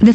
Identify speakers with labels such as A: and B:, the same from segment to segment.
A: The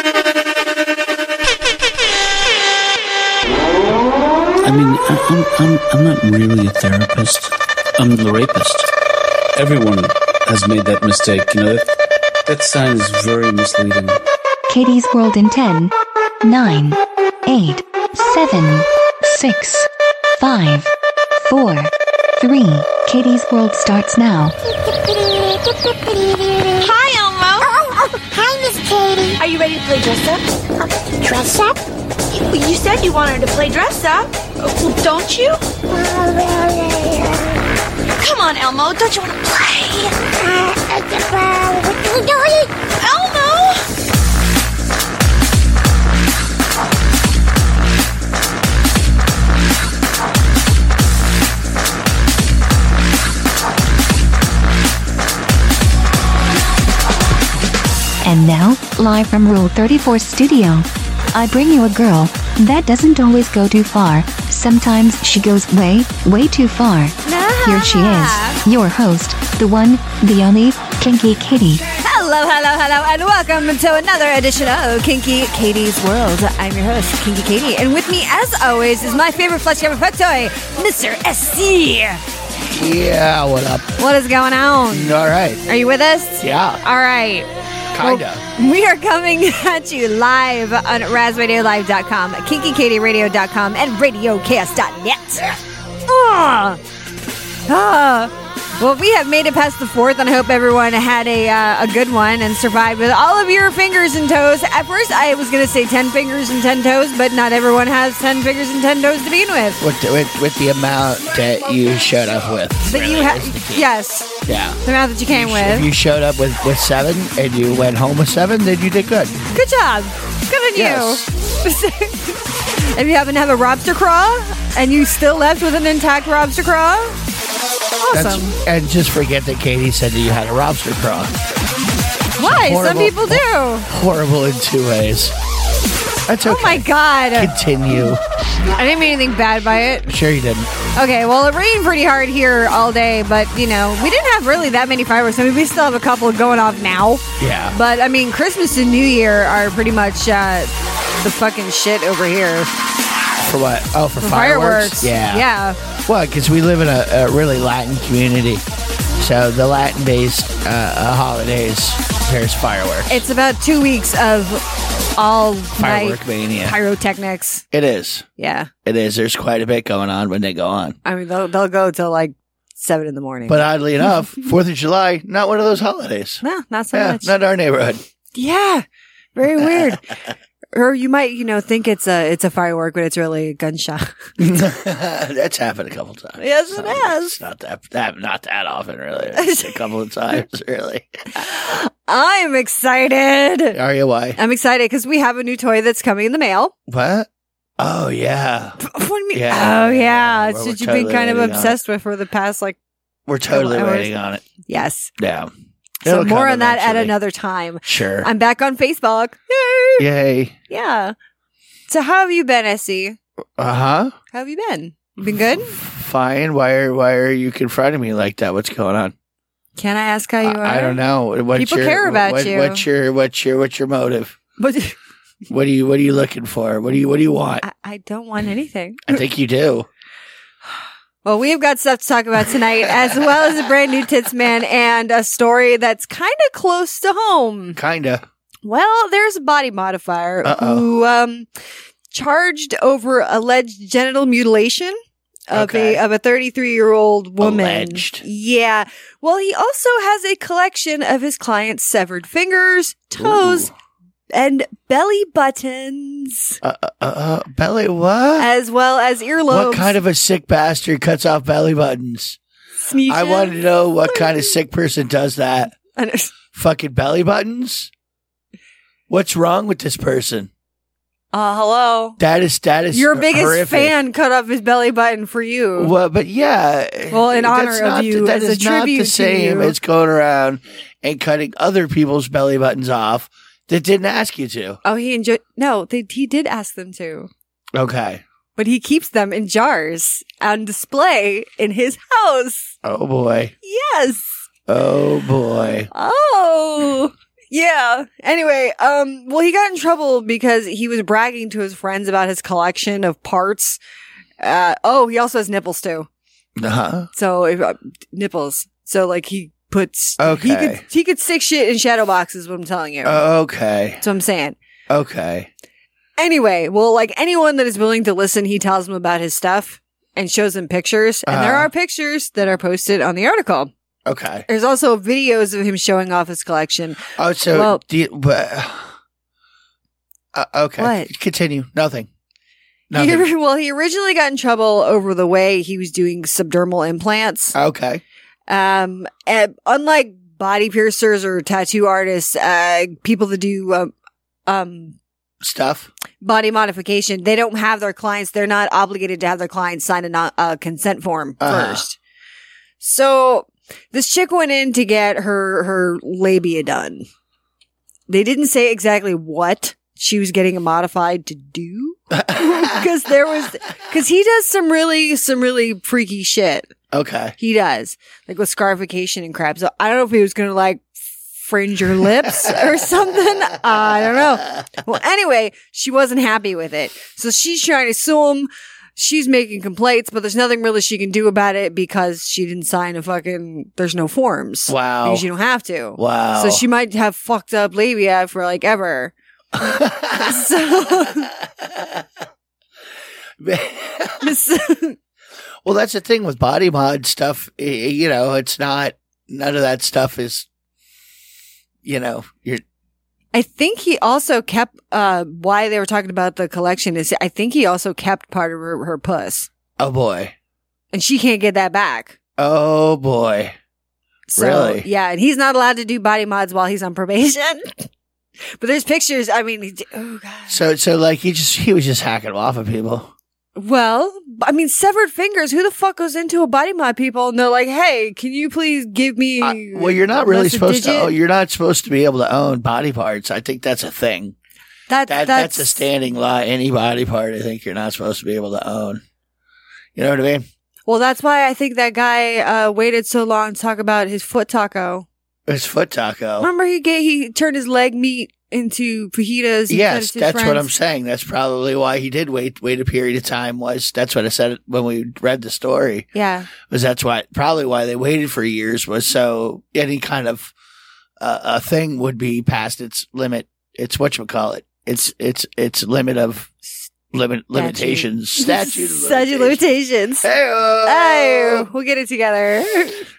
B: I mean, I, I'm, I'm, I'm not really a therapist. I'm the rapist. Everyone has made that mistake, you know. That, that sign is very misleading.
A: Katie's World in 10, 9, 8, 7, 6, 5, 4, 3. Katie's World starts now.
C: Hi, Elmo. Oh, oh, hi, Miss Katie.
D: Are you ready to play dress up?
C: Dress up?
D: You, you said you wanted to play dress up. Well, don't you?
C: Uh,
D: Come on, Elmo. Don't you want to play?
C: it's about what you doing?
D: Elmo!
A: And now, live from Rule 34 Studio, I bring you a girl that doesn't always go too far. Sometimes she goes way, way too far. Here she
E: Ah.
A: is, your host, the one, the only, Kinky Kitty.
E: Hello, hello, hello, and welcome to another edition of Kinky Katie's World. I'm your host, Kinky Katie, and with me, as always, is my favorite fleshy ever pet toy, Mr. SC.
F: Yeah, what up?
E: What is going on?
F: All right.
E: Are you with us?
F: Yeah,
E: All right.
F: kinda.
E: We are coming at you live on RazRadioLive.com, KinkyKatieRadio.com, and RadioChaos.net. Ah! Ah! Well, we have made it past the fourth, and I hope everyone had a, uh, a good one and survived with all of your fingers and toes. At first, I was going to say 10 fingers and 10 toes, but not everyone has 10 fingers and 10 toes to begin with.
F: with, with, with the amount that you showed up with.
E: But you have, yes,
F: Yeah.
E: the amount that you came
F: If
E: with.
F: you showed up with, with seven and you went home with seven, then you did good.
E: Good job. Good on
F: Yes.
E: you. if you happen to have a lobster craw and you still left with an intact lobster craw, awesome.
F: and just forget that Katie said that you had a lobster craw.
E: Why? Some
F: horrible-
E: people do.
F: Horrible in two ways. That's okay.
E: Oh my God.
F: Continue.
E: I didn't mean anything bad by it.
F: Sure you didn't.
E: Okay, well, it rained pretty hard here all day, but you know, we didn't have really that many fireworks. I mean, we still have a couple going off now.
F: Yeah.
E: But I mean, Christmas and New Year are pretty much uh, the fucking shit over here.
F: For what? Oh, for,
E: The fireworks.
F: Yeah.
E: Yeah.
F: Well, because we live in a, a really Latin community. So the Latin based uh, uh, holidays, there's fireworks.
E: It's about two weeks of all night
F: Firework mania.
E: pyrotechnics.
F: It is.
E: Yeah.
F: It is. There's quite a bit going on when they go on.
E: I mean, they'll, they'll go till like seven in the morning.
F: But oddly enough, Fourth of July, not one of those holidays.
E: no, not so
F: Yeah,
E: much.
F: not our neighborhood.
E: yeah. Very weird. or you might, you know, think it's a it's a firework, but it's really a gunshot.
F: That's happened a couple times.
E: Yes,
F: It's
E: it
F: not,
E: has.
F: It's not that, that not that often, really. It's a couple of times, really.
E: I'm excited.
F: Are you why?
E: I'm excited because we have a new toy that's coming in the mail.
F: What? Oh yeah,
E: What do you mean?
F: Yeah.
E: Oh yeah, it's
F: We're- we're
E: what you've been
F: totally uh,
E: kind of
F: waiting on it.
E: obsessed with for the past like
F: we're totally
E: Couple hours.
F: waiting on it.
E: yes.
F: Yeah.
E: So
F: It'll
E: more
F: come
E: on that at
F: eventually.
E: another time.
F: Sure.
E: I'm back on Facebook. Yay.
F: Yay.
E: Yeah. So how have you been, Essie?
F: Uh huh.
E: How have you been? Been good?
F: Fine. Why are Why are you confronting me like that? What's going on?
E: Can I ask how you are?
F: I, I don't know. What's
E: People
F: your,
E: care about
F: what-
E: you.
F: What's your What's your What's your motive?
E: But
F: What are you What are you looking for? What do you What do you want?
E: I, I don't want anything.
F: I think you do.
E: Well, we've got stuff to talk about tonight, as well as a brand new Tits Man and a story that's kind of close to home.
F: Kinda.
E: Well, there's a body modifier
F: Uh-oh.
E: who um, charged over alleged genital mutilation. Of
F: Okay.
E: a of a 33 year old woman.
F: Alleged.
E: Yeah. Well, he also has a collection of his client's severed fingers, toes,
F: Ooh.
E: and belly buttons,
F: Uh, uh, uh, uh, belly. What?
E: as well as earlobes.
F: What kind of a sick bastard cuts off belly buttons?
E: sneezes.
F: I want to know what kind of sick person does that.
E: And-
F: Fucking belly buttons. What's wrong with this person?
G: Uh, hello.
F: That is that is
E: Your biggest
F: horrific.
E: fan cut off his belly button for you.
F: Well, but yeah.
E: Well, in honor
F: that's
E: of
F: not-
E: you,
F: that
E: as a
F: is not
E: tribute
F: the
E: to
F: same
E: you.
F: as going around and cutting other people's belly buttons off that didn't ask you to.
E: Oh, he enjoyed. No, they, he did ask them to,
F: Okay.
E: but he keeps them in jars on display in his house.
F: Oh boy.
E: Yes.
F: Oh boy.
E: Oh. Yeah. Anyway, um, well, he got in trouble because he was bragging to his friends about his collection of parts. Uh, oh, he also has nipples too.
F: Uh huh.
E: So if, uh, nipples. So like he puts. He
F: Okay. Oh.
E: could he could stick shit in shadow boxes. What I'm telling you.
F: Okay.
E: That's what I'm saying.
F: Okay.
E: Anyway, well, like anyone that is willing to listen, he tells them about his stuff and shows them pictures. And there
F: Uh-huh.
E: are pictures that are posted on the article.
F: Okay.
E: There's also videos of him showing off his collection.
F: Oh, so
E: Well-
F: do you, but, uh, okay.
E: What?
F: Continue. Nothing.
E: He-
F: Nothing.
E: well, he originally got in trouble over the way he was doing subdermal implants.
F: okay.
E: Um, and unlike body piercers or tattoo artists, uh, people that do um, um,
F: Stuff.
E: body modification, they don't have their clients. They're not obligated to have their clients sign a non- uh, consent form
F: Uh-huh.
E: first. So this chick went in to get her her labia done. They didn't say exactly what she was getting modified to do because there was because he does some really some really freaky shit.
F: Okay.
E: He does like with scarification and crap. So I don't know if he was gonna like fringe your lips or something. I don't know. Well, anyway, she wasn't happy with it, so she's trying to sue him. She's making complaints, but there's nothing really she can do about it because she didn't sign a fucking. There's no forms.
F: Wow.
E: because you don't have to.
F: Wow.
E: So she might have fucked up labia for like ever. so,
F: well, that's the thing with body mod stuff. i- You know, it's not none of that stuff is. You know, you're
E: I think he also kept uh why they were talking about the collection is I think he also kept part of her, her puss.
F: oh boy,
E: And she can't get that back.
F: oh boy.
E: So
F: Really?
E: yeah, and he's not allowed to do body mods while he's on probation. but there's pictures, I mean he- oh god.
F: So, so like he just he was just hacking off of people.
E: Well, I mean severed fingers, who the fuck goes into a body mod people and they're like, "Hey, can you please give me
F: I- Uh, well, you're not really
E: less a
F: supposed to.
E: digit?"
F: Oh, you're not supposed to be able to own body parts. I think that's a thing.
E: That-
F: That that's, a standing law. Any body part, I think you're not supposed to be able to own. You know what I mean?
E: Well, that's why I think that guy uh, waited so long to talk about his foot taco.
F: It's foot taco.
E: Remember, he gave, he turned his leg meat into fajitas. and fed it
F: Yes,
E: to his
F: that's what
E: friends?
F: I'm saying. That's probably why he did wait wait a period of time. Was that's what I said when we read the story.
E: Yeah,
F: Was that's why probably why they waited for years was so any kind of uh, a thing would be past its limit. It's what you call it. It's it's it's limit of limit limitations statute of
E: Statute of limitations.
F: Hey-o.
E: Oh, we'll get it together.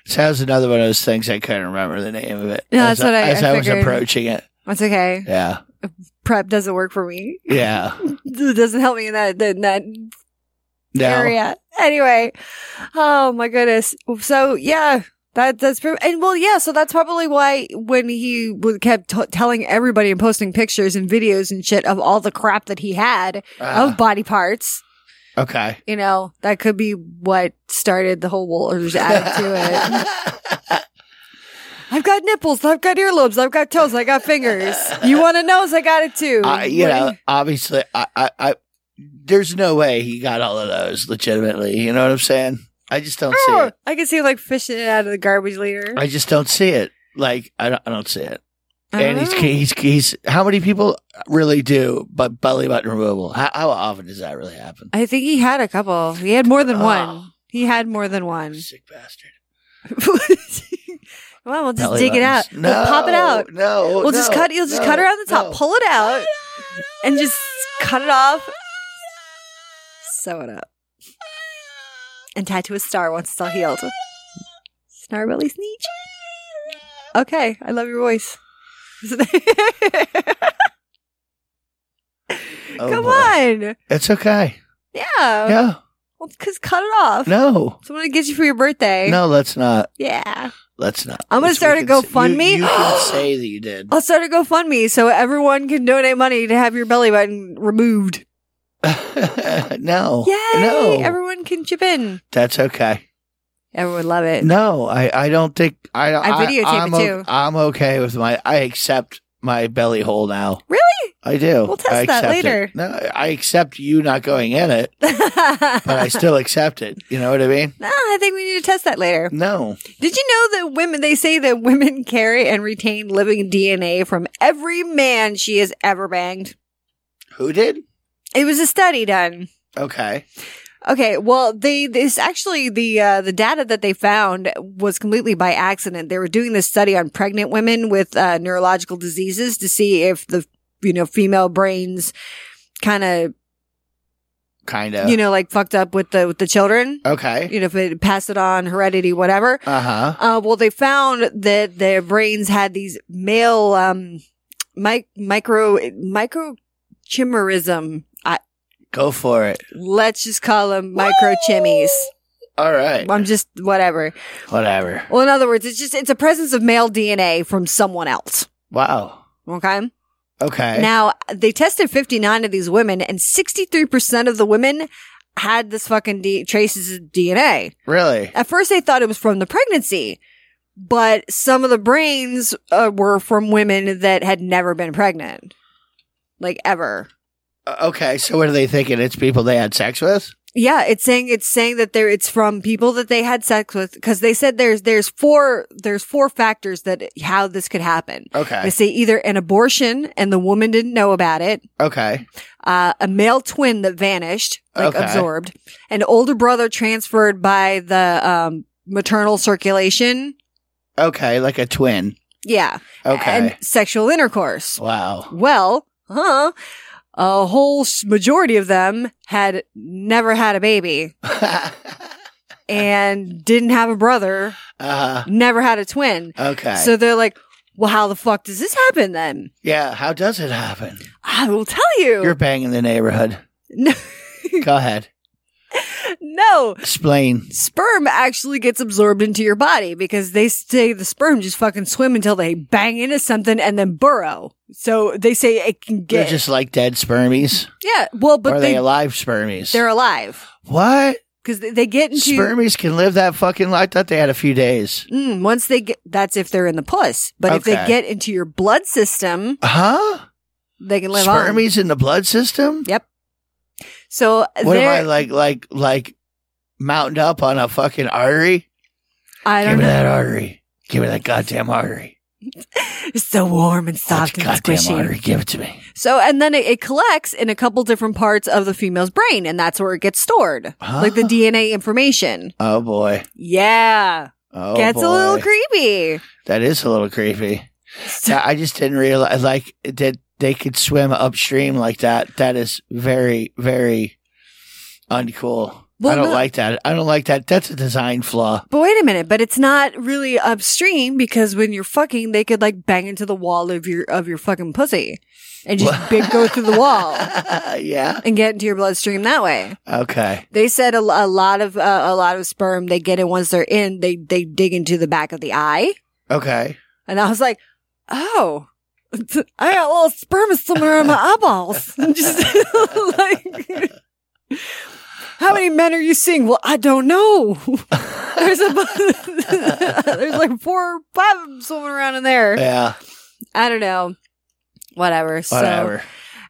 F: So that was another one of those things I couldn't remember the name of it.
E: No,
F: as
E: that's what I-
F: as
E: I
F: I, was
E: figured.
F: approaching it.
E: That's okay.
F: Yeah,
E: Prep doesn't work for me.
F: yeah.
E: It doesn't help me in that in that
F: No.
E: area. Anyway, oh my goodness. So yeah, that that's prob- and well yeah. So that's probably why when he would kept t- telling everybody and posting pictures and videos and shit of all the crap that he had
F: Ah.
E: of body parts.
F: Okay.
E: You know that could be what started the whole Woolers added to it. I've got nipples. I've got earlobes. I've got toes. I got fingers. You want a nose? I got it too.
F: I, you
E: What do
F: know, obviously, I, I, I, there's no way he got all of those legitimately. You know what I'm saying? I just don't see
E: Oh,
F: it.
E: I can see him, like fishing it out of the garbage later.
F: I just don't see it. Like I don't, I don't see it.
E: I don't
F: and he's,
E: know.
F: he's he's how many people really do but belly button removal? How, how often does that really happen?
E: I think he had a couple. He had more than
F: Oh.
E: one. He had more than one.
F: Sick bastard.
E: well, we'll just
F: Belly
E: dig it out.
F: buttons. No,
E: We'll pop it out.
F: No,
E: We'll just
F: no,
E: cut. You'll just
F: no,
E: cut around the top.
F: no.
E: Pull it out, and just cut it off. Sew it up, and tattoo a star once it's all healed. Snarbelly sneech. Okay, I love your voice.
F: Oh,
E: Come
F: boy.
E: on,
F: It's okay.
E: yeah.
F: Yeah.
E: Well, cause cut it off.
F: No.
E: Someone get you for your birthday.
F: No, let's not.
E: Yeah.
F: Let's not.
E: I'm gonna
F: Let's- we
E: start a
F: can s-
E: GoFundMe.
F: You, you can say that you did.
E: I'll start a GoFundMe so everyone can donate money to have your belly button removed.
F: no.
E: Oh. Yay!
F: Oh, No.
E: Everyone can chip in.
F: That's okay.
E: Everyone would love it.
F: No, I, I don't think I.
E: I videotape
F: I'm
E: it,
F: o-
E: too.
F: I'm okay with my. I accept my belly hole now.
E: Really?
F: I do.
E: We'll test
F: I accept
E: that
F: it.
E: later.
F: No, I accept you not going in it, but I still accept it. You know what I mean?
E: Nah, I think we need to test that later.
F: No.
E: Did you know that women, they say that women carry and retain living DNA from every man she has ever banged?
F: Who did?
E: It was a study done.
F: Okay.
E: Okay, well, they this actually the uh, the data that they found was completely by accident. They were doing this study on pregnant women with uh, neurological diseases to see if the you know female brains kind of
F: Kind of.
E: you know like fucked up with the with the children.
F: Okay.
E: You know, if it passed it on heredity, whatever.
F: Uh huh.
E: Uh, well, they found that their brains had these male um, mi- micro microchimerism. I,
F: Go for it.
E: let's just call them microchimmies.
F: All right.
E: I'm just whatever.
F: Whatever.
E: Well, in other words, it's just it's a presence of male DNA from someone else.
F: Wow.
E: Okay.
F: Okay.
E: Now they tested 59 of these women, and 63 percent of the women had this fucking D- traces of DNA.
F: really?
E: At first, they thought it was from the pregnancy, but some of the brains uh, were from women that had never been pregnant, like ever.
F: Uh, Okay. So what are they thinking? It's people they had sex with?
E: Yeah, it's saying it's saying that there it's from people that they had sex with because they said there's there's four there's four factors that how this could happen. They
F: Okay.
E: say either an abortion and the woman didn't know about it,
F: Okay.
E: uh, a male twin that vanished, like
F: Okay.
E: absorbed, an older brother transferred by the um, maternal circulation.
F: Okay. Like a twin.
E: Yeah.
F: Okay.
E: and sexual intercourse.
F: wow.
E: Well, huh? A whole s- majority of them had never had a baby and didn't have a brother,
F: uh,
E: never had a twin.
F: okay.
E: So they're like, well, how the fuck does this happen then?
F: yeah. How does it happen?
E: I will tell you.
F: You're banging the neighborhood.
E: No.
F: Go ahead.
E: no.
F: Explain.
E: Sperm actually gets absorbed into your body because they say the sperm just fucking swim until they bang into something and then burrow. So they say it can
F: They're
E: get.
F: just like dead spermies.
E: yeah. Well,
F: or
E: but
F: are they,
E: they,
F: alive spermies?
E: they're alive
F: what?
E: because they, they get into.
F: Spermies can live that fucking life? I thought they had a few days.
E: Mm, once they get, that's if they're in the puss. But if they
F: Okay.
E: get into your blood system,
F: Huh?
E: they can live on.
F: Spermies in the blood system?
E: Yep. So
F: What am I
E: they're-
F: like, like, like mounting up on a fucking artery?
E: I
F: Give
E: don't
F: me
E: know.
F: that artery. Give me that goddamn artery.
E: It's so warm and
F: That
E: soft and
F: goddamn
E: squishy.
F: artery. Give it to me.
E: So and then it, it collects in a couple different parts of the female's brain, and that's where it gets stored, like the
F: Huh.
E: DNA information.
F: Oh boy.
E: Yeah,
F: Oh
E: gets
F: boy.
E: a little creepy.
F: That is a little creepy. Yeah, I just didn't realize like that they could swim upstream like that. That is very, very uncool.
E: Well,
F: I don't
E: no-
F: like that. I don't like that. That's a design flaw.
E: But wait a minute, but it's not really upstream because when you're fucking, they could like bang into the wall of your of your fucking pussy and just big go through the wall. Oh.
F: yeah.
E: and get into your bloodstream that way.
F: Okay.
E: They said a, a lot of uh, a lot of sperm they get it once they're in they they dig into the back of the eye,
F: Okay.
E: and I was like, oh. I got a little sperm somewhere in my eyeballs. Just like, how many men are you seeing? Well, I don't know. There's a, bu- there's like four, or five of them swimming around in there.
F: Yeah.
E: I don't know. Whatever. So,
F: Whatever.
E: uh,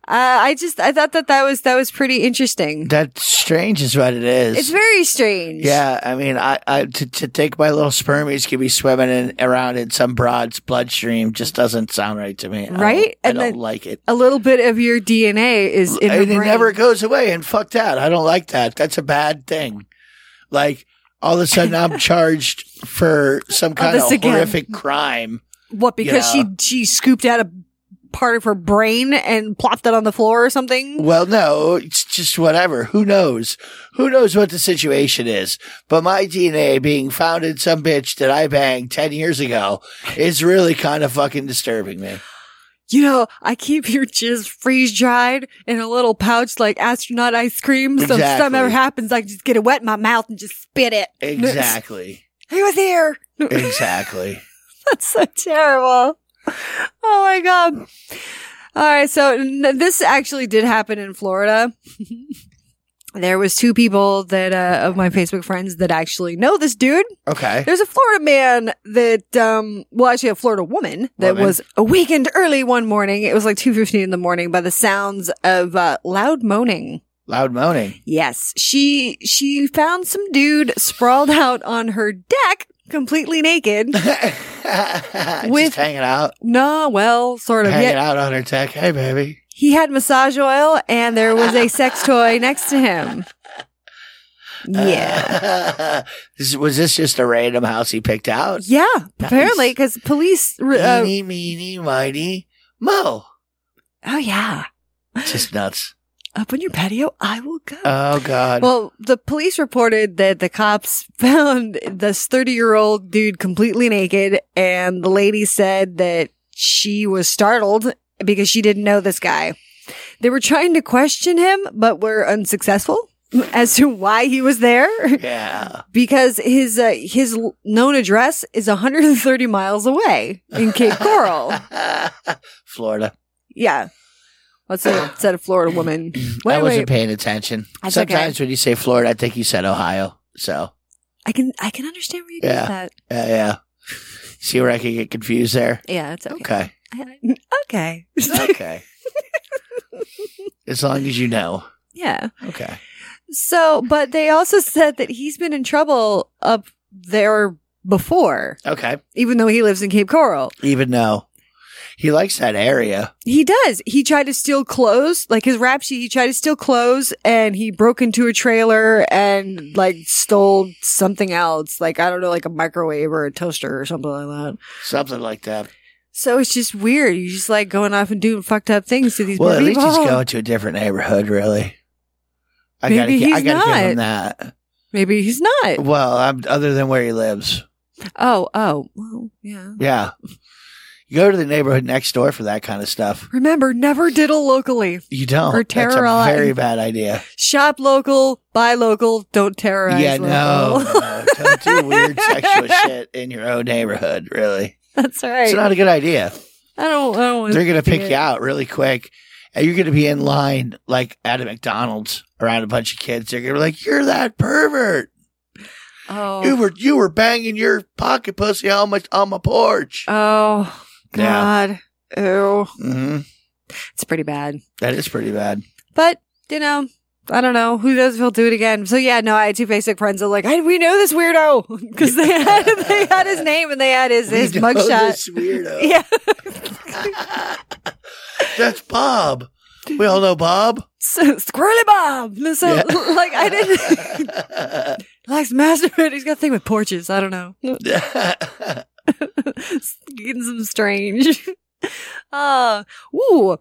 E: I just I thought that that was that was pretty interesting.
F: That's strange, is what it is.
E: It's very strange.
F: yeah, I mean, I, I to, to think my little spermies could be swimming in, around in some broad's bloodstream just doesn't sound right to me. I don't-
E: Right?
F: I
E: And
F: don't,
E: then-
F: like it.
E: A little bit of your DNA is in the
F: and it
E: brain.
F: never goes away. And fuck that. I don't like that. That's a bad thing. Like all of a sudden, I'm charged for some kind
E: this
F: of
E: again.
F: horrific crime.
E: what because
F: Yeah.
E: she she scooped out a part of her brain and plopped it on the floor or something.
F: Well, no, it's just whatever. Who knows? Who knows what the situation is? But my DNA being found in some bitch that I banged 10 years ago is really kind of fucking disturbing me.
E: You know, I keep your jizz freeze dried in a little pouch like astronaut ice cream. So if
F: Exactly.
E: something ever happens, I can just get it wet in my mouth and just spit it.
F: Exactly.
E: He was here.
F: Exactly.
E: That's so terrible. Oh my god. All right, so n- this actually did happen in Florida. there was two people that uh, of my Facebook friends that actually know this dude.
F: Okay.
E: There's a Florida man that, um, well, actually a Florida woman that
F: Woman.
E: was awakened early one morning. It was like 2.15 in the morning by the sounds of uh, loud moaning.
F: Loud moaning.
E: Yes. She, she found some dude sprawled out on her deck, completely naked. With-
F: Just hanging out,
E: no, well, sort of.
F: hanging
E: Yeah,
F: out on her tech. Hey, baby.
E: he had massage oil and there was a sex toy next to him.
F: Uh,
E: Yeah.
F: This- was this just a random house he picked out?
E: Yeah, apparently,
F: Nice.
E: because police. re- Uh,
F: Eeny, meeny, miny, mo.
E: oh, yeah.
F: Just nuts.
E: Up on your patio, I will go.
F: Oh God.
E: Well, the police reported that the cops found this 30 year old dude completely naked, and the lady said that she was startled because she didn't know this guy. They were trying to question him, but were unsuccessful as to why he was there
F: yeah.
E: because his uh, his l- known address is 130 miles away in Cape Coral.
F: Florida.
E: Yeah. Let's say it said a Florida woman.
F: I
E: Wait,
F: wasn't
E: wait.
F: paying attention.
E: That's
F: Sometimes when you say Florida, I think you said Ohio. So
E: I can I can understand where you
F: Yeah.
E: get that.
F: yeah, yeah. See where I can get confused there.
E: Yeah, it's okay.
F: Okay.
E: Okay.
F: Okay. as long as you know.
E: yeah.
F: Okay.
E: So, but they also said that he's been in trouble up there before,
F: Okay.
E: even though he lives in Cape Coral.
F: Even though he likes that area.
E: He does. He tried to steal clothes, like his rap sheet. He tried to steal clothes, and he broke into a trailer and like stole something else, like I don't know, like a microwave or a toaster or something like that.
F: Something like that.
E: So it's just weird. You're just like going off and doing fucked up things to these
F: Well,
E: poor
F: at least
E: people.
F: he's going to a different neighborhood, really. I
E: Maybe
F: gotta, gi- I
E: he's
F: gotta give him
E: not.
F: that.
E: Maybe he's not.
F: Well, I'm, other than where he lives,
E: Oh, oh, well, yeah.
F: yeah. You go to the neighborhood next door for that kind of stuff.
E: Remember, never diddle locally.
F: You don't.
E: Or
F: That's
E: terrorize.
F: a very bad idea.
E: Shop local, buy local, don't terrorize.
F: yeah, no,
E: local.
F: no. Don't do weird sexual shit in your own neighborhood. Really,
E: That's
F: it's
E: right.
F: not a good idea.
E: I don't. I don't want
F: They're gonna
E: to
F: pick you out really quick, and you're gonna be in line like at a McDonald's around a bunch of kids. They're gonna be like, "You're that pervert."
E: Oh,
F: You were you were banging your pocket pussy on my on my porch.
E: oh,
F: Yeah.
E: God, ew,
F: hmm
E: it's pretty bad.
F: That is pretty bad.
E: But you know, I don't know who knows if he'll do it again. So yeah, no, I had two Facebook friends. that were like, I, we know this weirdo because they had they had his name and they had his
F: We
E: his
F: know
E: mugshot.
F: This weirdo.
E: Yeah,
F: That's Bob. We all know Bob.
E: so, Squirrely Bob. So
F: Yeah.
E: like I didn't likes to masturbate. He's got a thing with porches. I don't know.
F: Uh-huh.
E: getting some strange. Uh, ooh,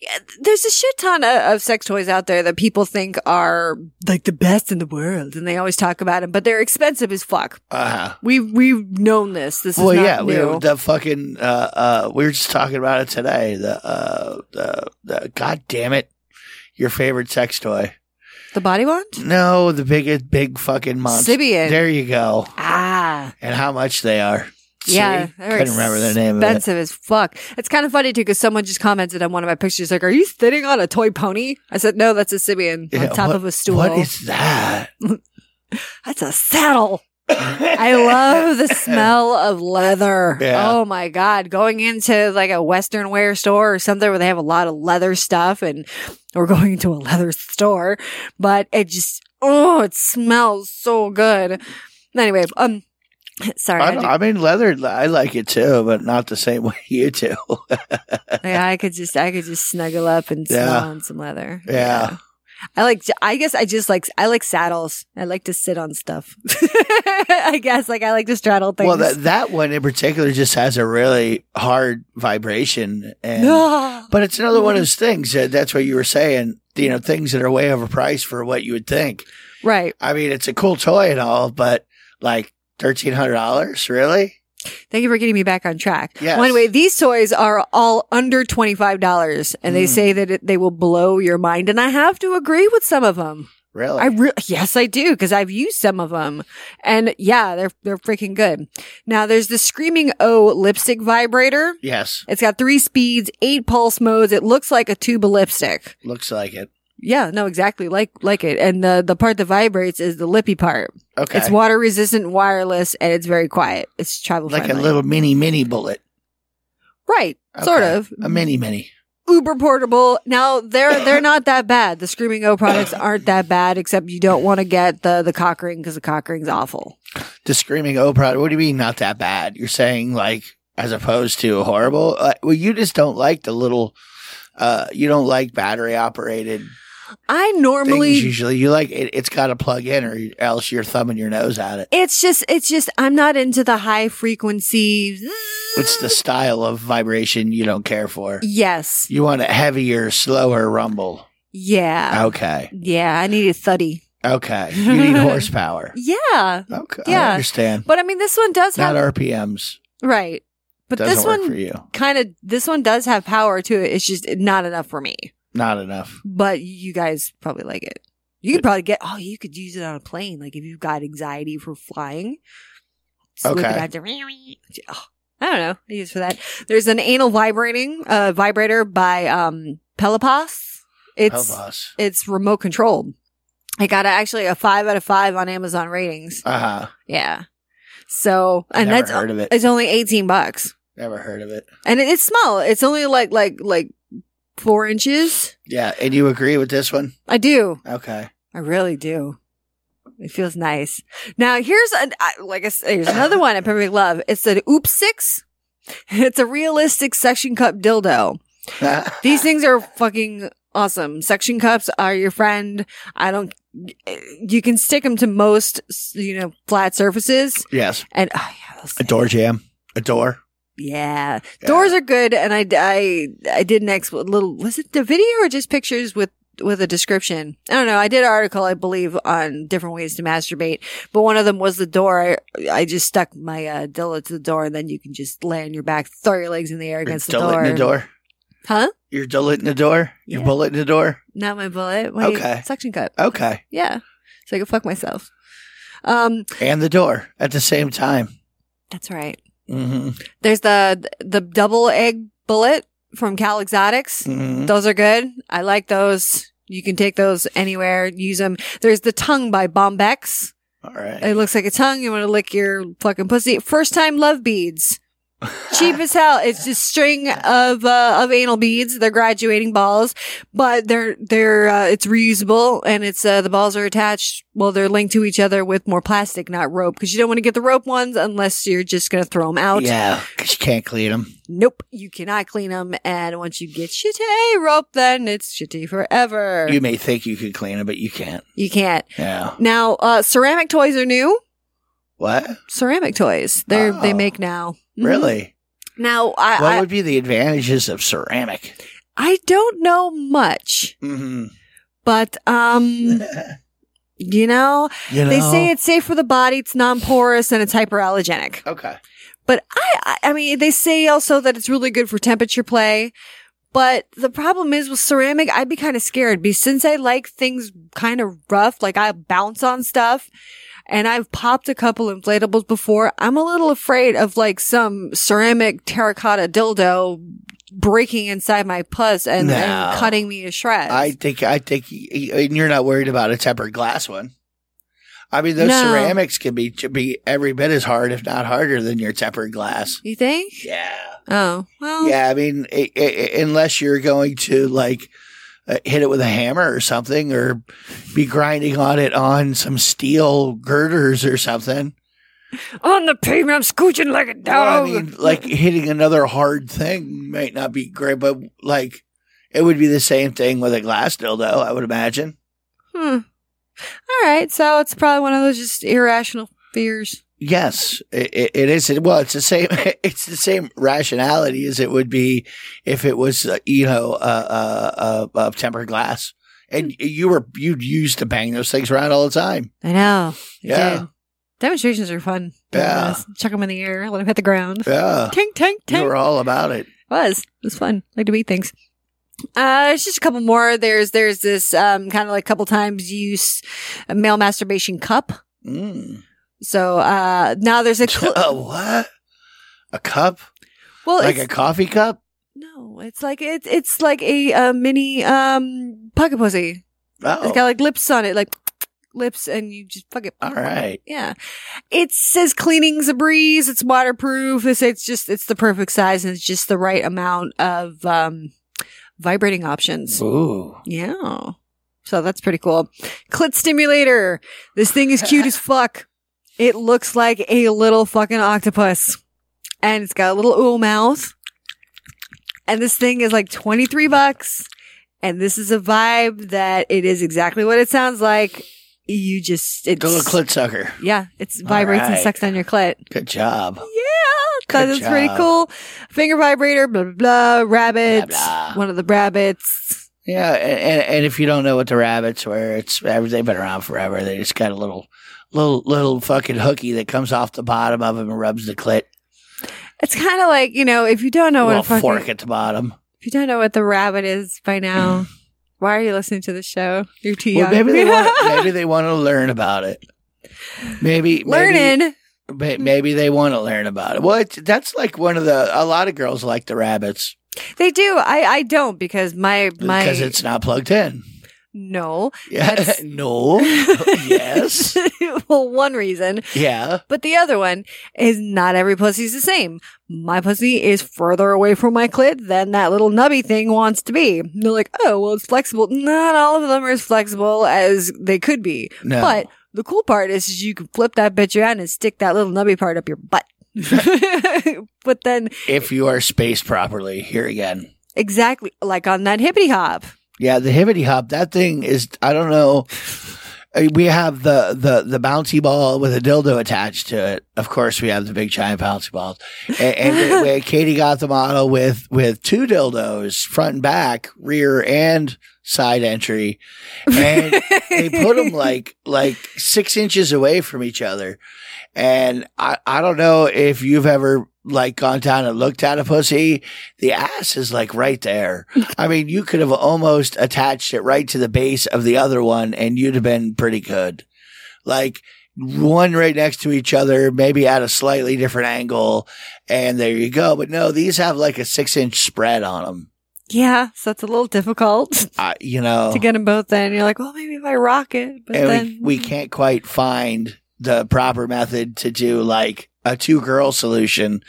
E: Yeah, there's a shit ton of, of sex toys out there that people think are like the best in the world, and they always talk about them, but they're expensive as fuck.
F: uh-huh.
E: We we've known this. This is
F: Well,
E: not
F: yeah, we
E: new.
F: were the fucking. Uh, uh, we were just talking about it today. The uh, the the God damn it, your favorite sex toy?
E: the body wand.
F: No, the biggest big fucking monster.
E: Sibian.
F: There you go.
E: Ah,
F: And how much they are? See?
E: yeah. they're
F: couldn't remember the name of it.
E: Expensive as fuck. It's kind of funny too because someone just commented on one of my pictures, like, "Are you sitting on a toy pony?" I said, "No, that's a Sibian
F: Yeah,
E: on top
F: what-
E: of a stool.
F: What is that?
E: that's a saddle." I love the smell of leather.
F: Yeah.
E: Oh my God. Going into like a Western wear store or something where they have a lot of leather stuff and we're going into a leather store, but it just, oh, it smells so good. Anyway, um, sorry. I,
F: I, don't- I mean, leather. I like it too, but not the same way you do.
E: had to- yeah, I could just, I could just snuggle up and
F: Yeah.
E: smell on some leather.
F: Yeah.
E: I like, I guess I just like, I like saddles. I like to sit on stuff. I guess like I like to straddle things.
F: Well, that that one in particular just has a really hard vibration, and but it's another one of those things that that's what you were saying. You know, things that are way overpriced for what you would think.
E: right.
F: I mean, it's a cool toy and all, but like thirteen hundred dollars, really?
E: Thank you for getting me back on track.
F: Yes.
E: Well, anyway, these toys are all under
F: Hmm.
E: $25 and they say that it, they will blow your mind. And I have to agree with some of them.
F: Really?
E: I re- yes, I do because I've used some of them, and yeah, they're they're freaking good. Now there's the Screaming O lipstick vibrator.
F: yes.
E: It's got three speeds, eight pulse modes. It looks like a tube of lipstick.
F: Looks like it.
E: Yeah, no, exactly like like it. And the the part that vibrates is the lippy part.
F: Okay.
E: It's water resistant, wireless, and it's very quiet. It's travel
F: like a
E: friendly.
F: little mini mini bullet.
E: right, sort
F: Okay.
E: of
F: A mini mini.
E: uber portable. Now they're they're not that bad. The Screaming O products aren't that bad, except you don't want to get the the cock ring because the cock ring's awful.
F: The screaming oh product. What do you mean not that bad? You're saying like as opposed to horrible? Uh, well, you just don't like the little. Uh, you don't like battery operated
E: I
F: things
E: normally
F: usually. You like it, it's got to plug in, or else you're thumbing your nose at it.
E: it's just it's just I'm not into the high frequency.
F: It's the style of vibration you don't care for.
E: Yes,
F: You want a heavier, slower rumble.
E: yeah,
F: Okay.
E: yeah. I need a thuddy.
F: Okay. You need horsepower.
E: Yeah,
F: Okay. I
E: Yeah.
F: understand.
E: but I mean this one does
F: Not
E: have
F: RPMs.
E: right, but
F: Doesn't
E: this
F: work for
E: one
F: you.
E: kind of this one does have power to it. It's just not enough for me.
F: Not enough.
E: but you guys probably like it. You could probably get. Oh, you could use it on a plane. Like if you've got anxiety for flying, slip it
F: Okay.
E: out there. Oh, I don't know. I use it for that. There's an anal vibrating uh, vibrator by um, Pelopos. It's
F: Help us.
E: it's remote controlled. I got a, actually a five out of five on Amazon ratings.
F: Uh huh.
E: Yeah. So and
F: Never
E: that's
F: heard of it.
E: it's only eighteen bucks,
F: Never heard of it.
E: and it, it's small. It's only like like like four inches.
F: Yeah. And you agree with this one?
E: I do.
F: Okay.
E: I really do. It feels nice. Now here's an I- like I s- here's another one I probably love. It's an Oop Six. It's a realistic suction cup dildo. These things are fucking awesome. Suction cups are your friend. I don't. You can stick them to most you know flat surfaces,
F: yes.
E: and oh yeah, those
F: A
E: things-
F: door jam. A door.
E: yeah.
F: Yeah.
E: doors are good. And I I I did an ex little was it the video or just pictures with with a description. I don't know. I did an article, I believe, on different ways to masturbate, but one of them was the door. I, I just stuck my uh, dildo to the door, and then you can just lay on your back, throw your legs in the air
F: You're
E: against the door.
F: dulling the door.
E: Huh?
F: You're dulling the door. You're
E: Yeah.
F: bulleting the door.
E: Not my bullet. My
F: Okay.
E: Suction cup.
F: Okay.
E: Yeah. So I could fuck myself. Um,
F: And the door at the same time.
E: that's right.
F: Mm-hmm.
E: There's the the double egg bullet from Cal Exotics.
F: mm-hmm.
E: Those are good. I like those. You can take those anywhere, use them. There's the tongue by Bombex.
F: All right.
E: It looks like a tongue. You want to lick your fucking pussy. First time love beads. Cheap as hell. It's just string of uh, of anal beads. They're graduating balls, but they're they're uh, it's reusable and it's uh, the balls are attached. Well, they're linked to each other with more plastic, not rope, because you don't want to get the rope ones unless you're just gonna throw them out.
F: Yeah. 'cause you can't clean them.
E: Nope, you cannot clean them. And once you get shitty rope, then it's shitty forever.
F: You may think you could clean them, but you can't.
E: You can't.
F: Yeah.
E: Now, uh, ceramic toys are new.
F: What?
E: Mm-hmm. Ceramic toys. They're,
F: Oh.
E: they make now. Mhm.
F: Really?
E: Now, I,
F: What
E: I,
F: would be the advantages of ceramic?
E: I don't know much,
F: Mm-hmm.
E: but, um, you know,
F: You know,
E: they say it's safe for the body. It's non-porous and it's hyperallergenic.
F: okay.
E: But I, I I mean, they say also that it's really good for temperature play. But the problem is with ceramic, I'd be kind of scared because since I like things kind of rough, like I bounce on stuff and I've popped a couple inflatables before, I'm a little afraid of like some ceramic terracotta dildo breaking inside my puss and, and
F: No.
E: cutting me to shreds.
F: I think I think y- y- and you're not worried about a tempered glass one. I mean, those
E: No.
F: ceramics can be to be every bit as hard, if not harder, than your tempered glass.
E: you think?
F: Yeah,
E: Oh, well,
F: yeah. I mean, i i unless you're going to like uh, hit it with a hammer or something, or be grinding on it on some steel girders or something.
E: on the pavement, I'm scooching like a dog.
F: Well, I
E: Oh.
F: mean, like hitting another hard thing might not be great, but like it would be the same thing with a glass dildo, I would imagine.
E: Hmm. All right. So it's probably one of those just irrational fears.
F: Yes, it, it is. Well, it's the same. It's the same rationality as it would be if it was, uh, you know, uh, uh, uh, uh, tempered glass,
E: Hmm.
F: and you were you'd used to bang those things around all the time.
E: I know. I
F: Yeah.
E: did. Demonstrations are fun.
F: Yeah.
E: Just Chuck them in the air, let them hit the ground.
F: Yeah,
E: Tank, tank,
F: you
E: tank.
F: were all about it.
E: was. It was fun. like to beat things. Uh, it's just a couple more. There's there's this um kind of like couple times use male masturbation cup.
F: Mm.
E: So uh now there's a cl-
F: A what? A cup?
E: well
F: like
E: it's,
F: a coffee cup?
E: no it's like it's it's like a, uh mini um pocket pussy.
F: Oh,
E: It's got like lips on it, like lips, and you just fuck it.
F: all right.
E: Yeah, it says cleaning's a breeze. It's waterproof. It's it's just it's the perfect size and it's just the right amount of um vibrating options.
F: Ooh.
E: Yeah. So that's pretty cool. Clit stimulator. This thing is cute as fuck. It looks like a little fucking octopus. And it's got a little ooh mouth. And this thing is like 23 bucks. And this is a vibe that it is exactly what it sounds like. You just, it's,
F: The little clit sucker.
E: yeah, it vibrates and
F: right.
E: sucks on your clit.
F: Good job.
E: That
F: Good
E: is pretty
F: job.
E: cool. Finger vibrator, blah, blah, blah, rabbits.
F: Blah, blah.
E: One of the rabbits.
F: Yeah, and, and, and if you don't know what the rabbits were, it's they've been around forever. They just got a little, little, little fucking hooky that comes off the bottom of them and rubs the clit.
E: It's kind of like you know, if you don't know Oh, what
F: little
E: a fucking,
F: fork at the bottom.
E: if you don't know what the rabbit is by now, why are you listening to the show? You're too
F: Well,
E: young.
F: maybe they want, maybe they want to learn about it. Maybe
E: learning.
F: Maybe, ma- maybe they want to learn about it. Well, it's, that's like one of the. A lot of girls like the rabbits
E: They do. I I don't because my my
F: because it's not plugged in.
E: no.
F: Yeah.
E: That's-
F: no. yes.
E: well, one reason,
F: Yeah.
E: but the other one is not every pussy's the same. My pussy is further away from my clit than that little nubby thing wants to be. And they're like, oh, well, it's flexible. Not all of them are as flexible as they could be.
F: No.
E: But the cool part is, is you can flip that bitch around and stick that little nubby part up your butt. but then
F: if you are spaced properly, here again.
E: exactly like on that hippity hop.
F: Yeah, the hibbity hop. That thing is. I don't know. Uh, We have the, the, the bouncy ball with a dildo attached to it. Of course, we have the big giant bouncy balls. And, and we- we- Katie got the model with with two dildos, front and back, rear and side entry, and they put them like like six inches away from each other. And I I don't know if you've ever like gone down and looked at a pussy. The ass is like right there. I mean, you could have almost attached it right to the base of the other one and you'd have been pretty good. Like one right next to each other, maybe at a slightly different angle. And there you go. But no, these have like a six inch spread on them.
E: Yeah, so it's a little difficult
F: I, you know,
E: to get them both in. You're like, well, maybe if I rock it, but
F: Oh. and
E: then
F: we, we can't quite find the proper method to do like a two girl solution,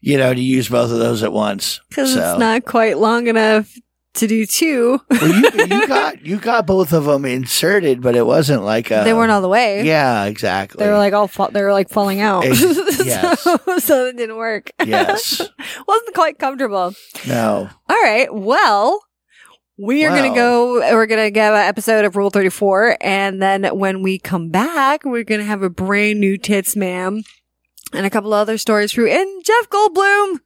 F: you know, to use both of those at once.
E: because
F: So-
E: it's not quite long enough to do two.
F: well, you, you got you got both of them inserted, but it wasn't like a
E: they weren't all the way.
F: um, Yeah, exactly.
E: They were like all fa- they were like falling out.
F: Ex-
E: so,
F: yes.
E: so it didn't work.
F: yes,
E: Wasn't quite comfortable.
F: no,
E: All right. Well, we are going to
F: Well.
E: go. We're going to get an episode of Rule 34. And then when we come back, we're going to have a brand new Tits Ma'am and a couple other stories through. And Jeff Goldblum.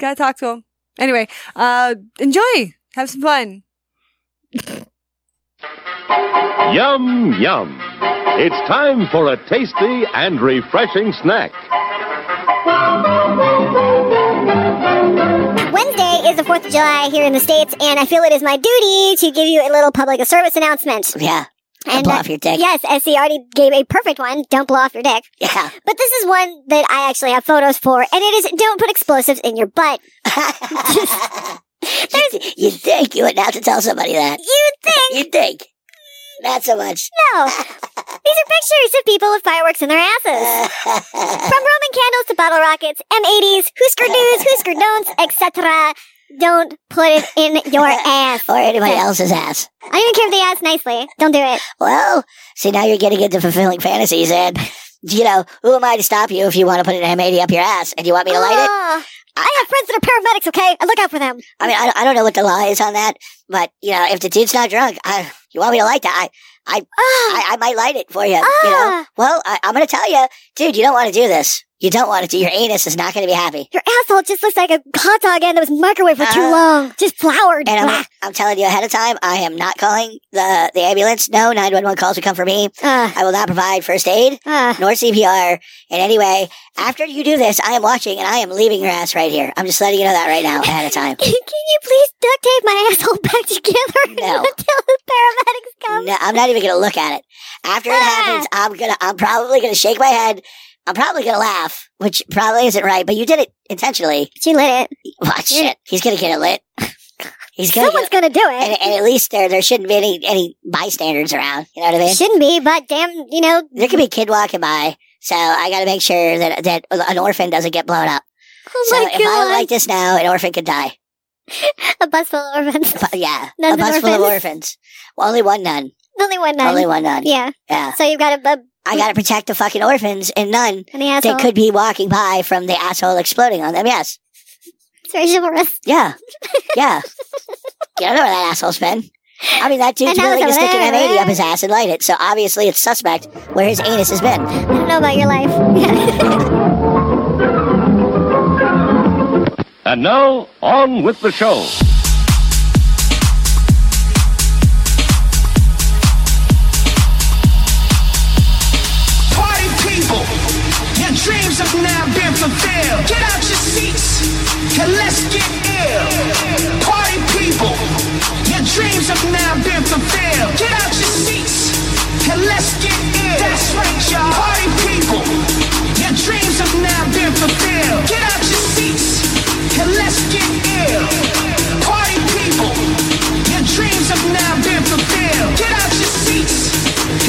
E: Got to talk to him. Anyway, uh, enjoy. Have some fun.
G: Yum, yum. It's time for a tasty and refreshing snack.
C: Wednesday is the 4th of July here in the States, and I feel it is my duty to give you a little public service announcement.
H: Yeah.
C: And
H: blow
C: uh,
H: off your dick.
C: Yes, as he already gave a perfect one. Don't blow off your dick.
H: Yeah.
C: But this is one that I actually have photos for, and it is don't put explosives in your butt.
H: you think you would have to tell somebody that?
C: You think?
H: You think? Not so much.
C: No. These are pictures of people with fireworks in their asses. From Roman candles to bottle rockets, M80s, Husker do's, Husker don'ts, etc. Don't put it in your ass.
H: or anybody else's ass.
C: I don't even care if they ask nicely. Don't do it.
H: Well, see, now you're getting into fulfilling fantasies, and you know who am I to stop you if you want to put an M80 up your ass and you want me to light it?
C: Ugh. Uh, I have friends that are paramedics, okay? I look out for them.
H: I mean, I, I don't know what the law is on that, but you know, if the dude's not drunk, I, you want me to light that? I, I, I might light it for you. You know.
C: Ah.
H: Well, I, I'm gonna tell you, dude. You don't want to do this. You don't want to do. Your anus is not gonna be happy.
C: Your asshole just looks like a hot dog end that was microwaved for too
H: Uh,
C: long. Ah. Just floured.
H: And
C: Blah.
H: I'm, I'm telling you ahead of time, I am not calling the the ambulance. No 911 calls will come for me.
C: Uh,
H: I will not provide first aid
C: uh,
H: nor CPR in any way. After you do this, I am watching and I am leaving your ass right here. I'm just letting you know that right now ahead of time.
C: can you please duct tape my asshole back together
H: No.
C: until the paramedics come?
H: No, I'm not even gonna look at it. After it
C: Ah.
H: happens, I'm gonna I'm probably gonna shake my head. I'm probably gonna laugh, which probably isn't right, but you did it intentionally.
C: She lit it.
H: Well, shit. He's gonna get it lit. He's gonna
C: Someone's
H: get
C: gonna do
H: and,
C: it.
H: and at least there there shouldn't be any any bystanders around. You know what I mean?
C: Shouldn't be, but damn, you know,
H: there could be a kid walking by, so I got to make sure that that an orphan doesn't get blown up.
C: oh
H: so
C: my
H: if I
C: god,
H: light this now, an orphan could die.
C: a bus full of orphans.
H: But yeah,
C: None
H: a
C: of
H: bus full of
C: orphans.
H: orphans. Well, only one nun.
C: Only one nun.
H: Only one nun. Yeah.
C: Yeah. So you've got a bub
H: I got to protect the fucking orphans and none
C: and the
H: that
C: asshole.
H: could be walking by from the asshole exploding on them. Yes.
C: it's very chivalrous.
H: Yeah. Yeah. you don't know where that asshole's been. I mean, that dude's
C: And that was
H: willing to
C: over
H: stick an
C: there,
H: M80 up
C: right?
H: his ass and light it, so obviously it's suspect where his anus has been.
C: I don't know about your life.
G: And now, on with the show.
I: Party people, your dreams have now been fulfilled. Get out your seats and let's get ill. Party people, your dreams have now been fulfilled. Get out your seats and let's get ill. That's right, y'all. Party people, your dreams have now been fulfilled. Get out your seats and let's get ill. Party people, your dreams have now been fulfilled. Get out your seats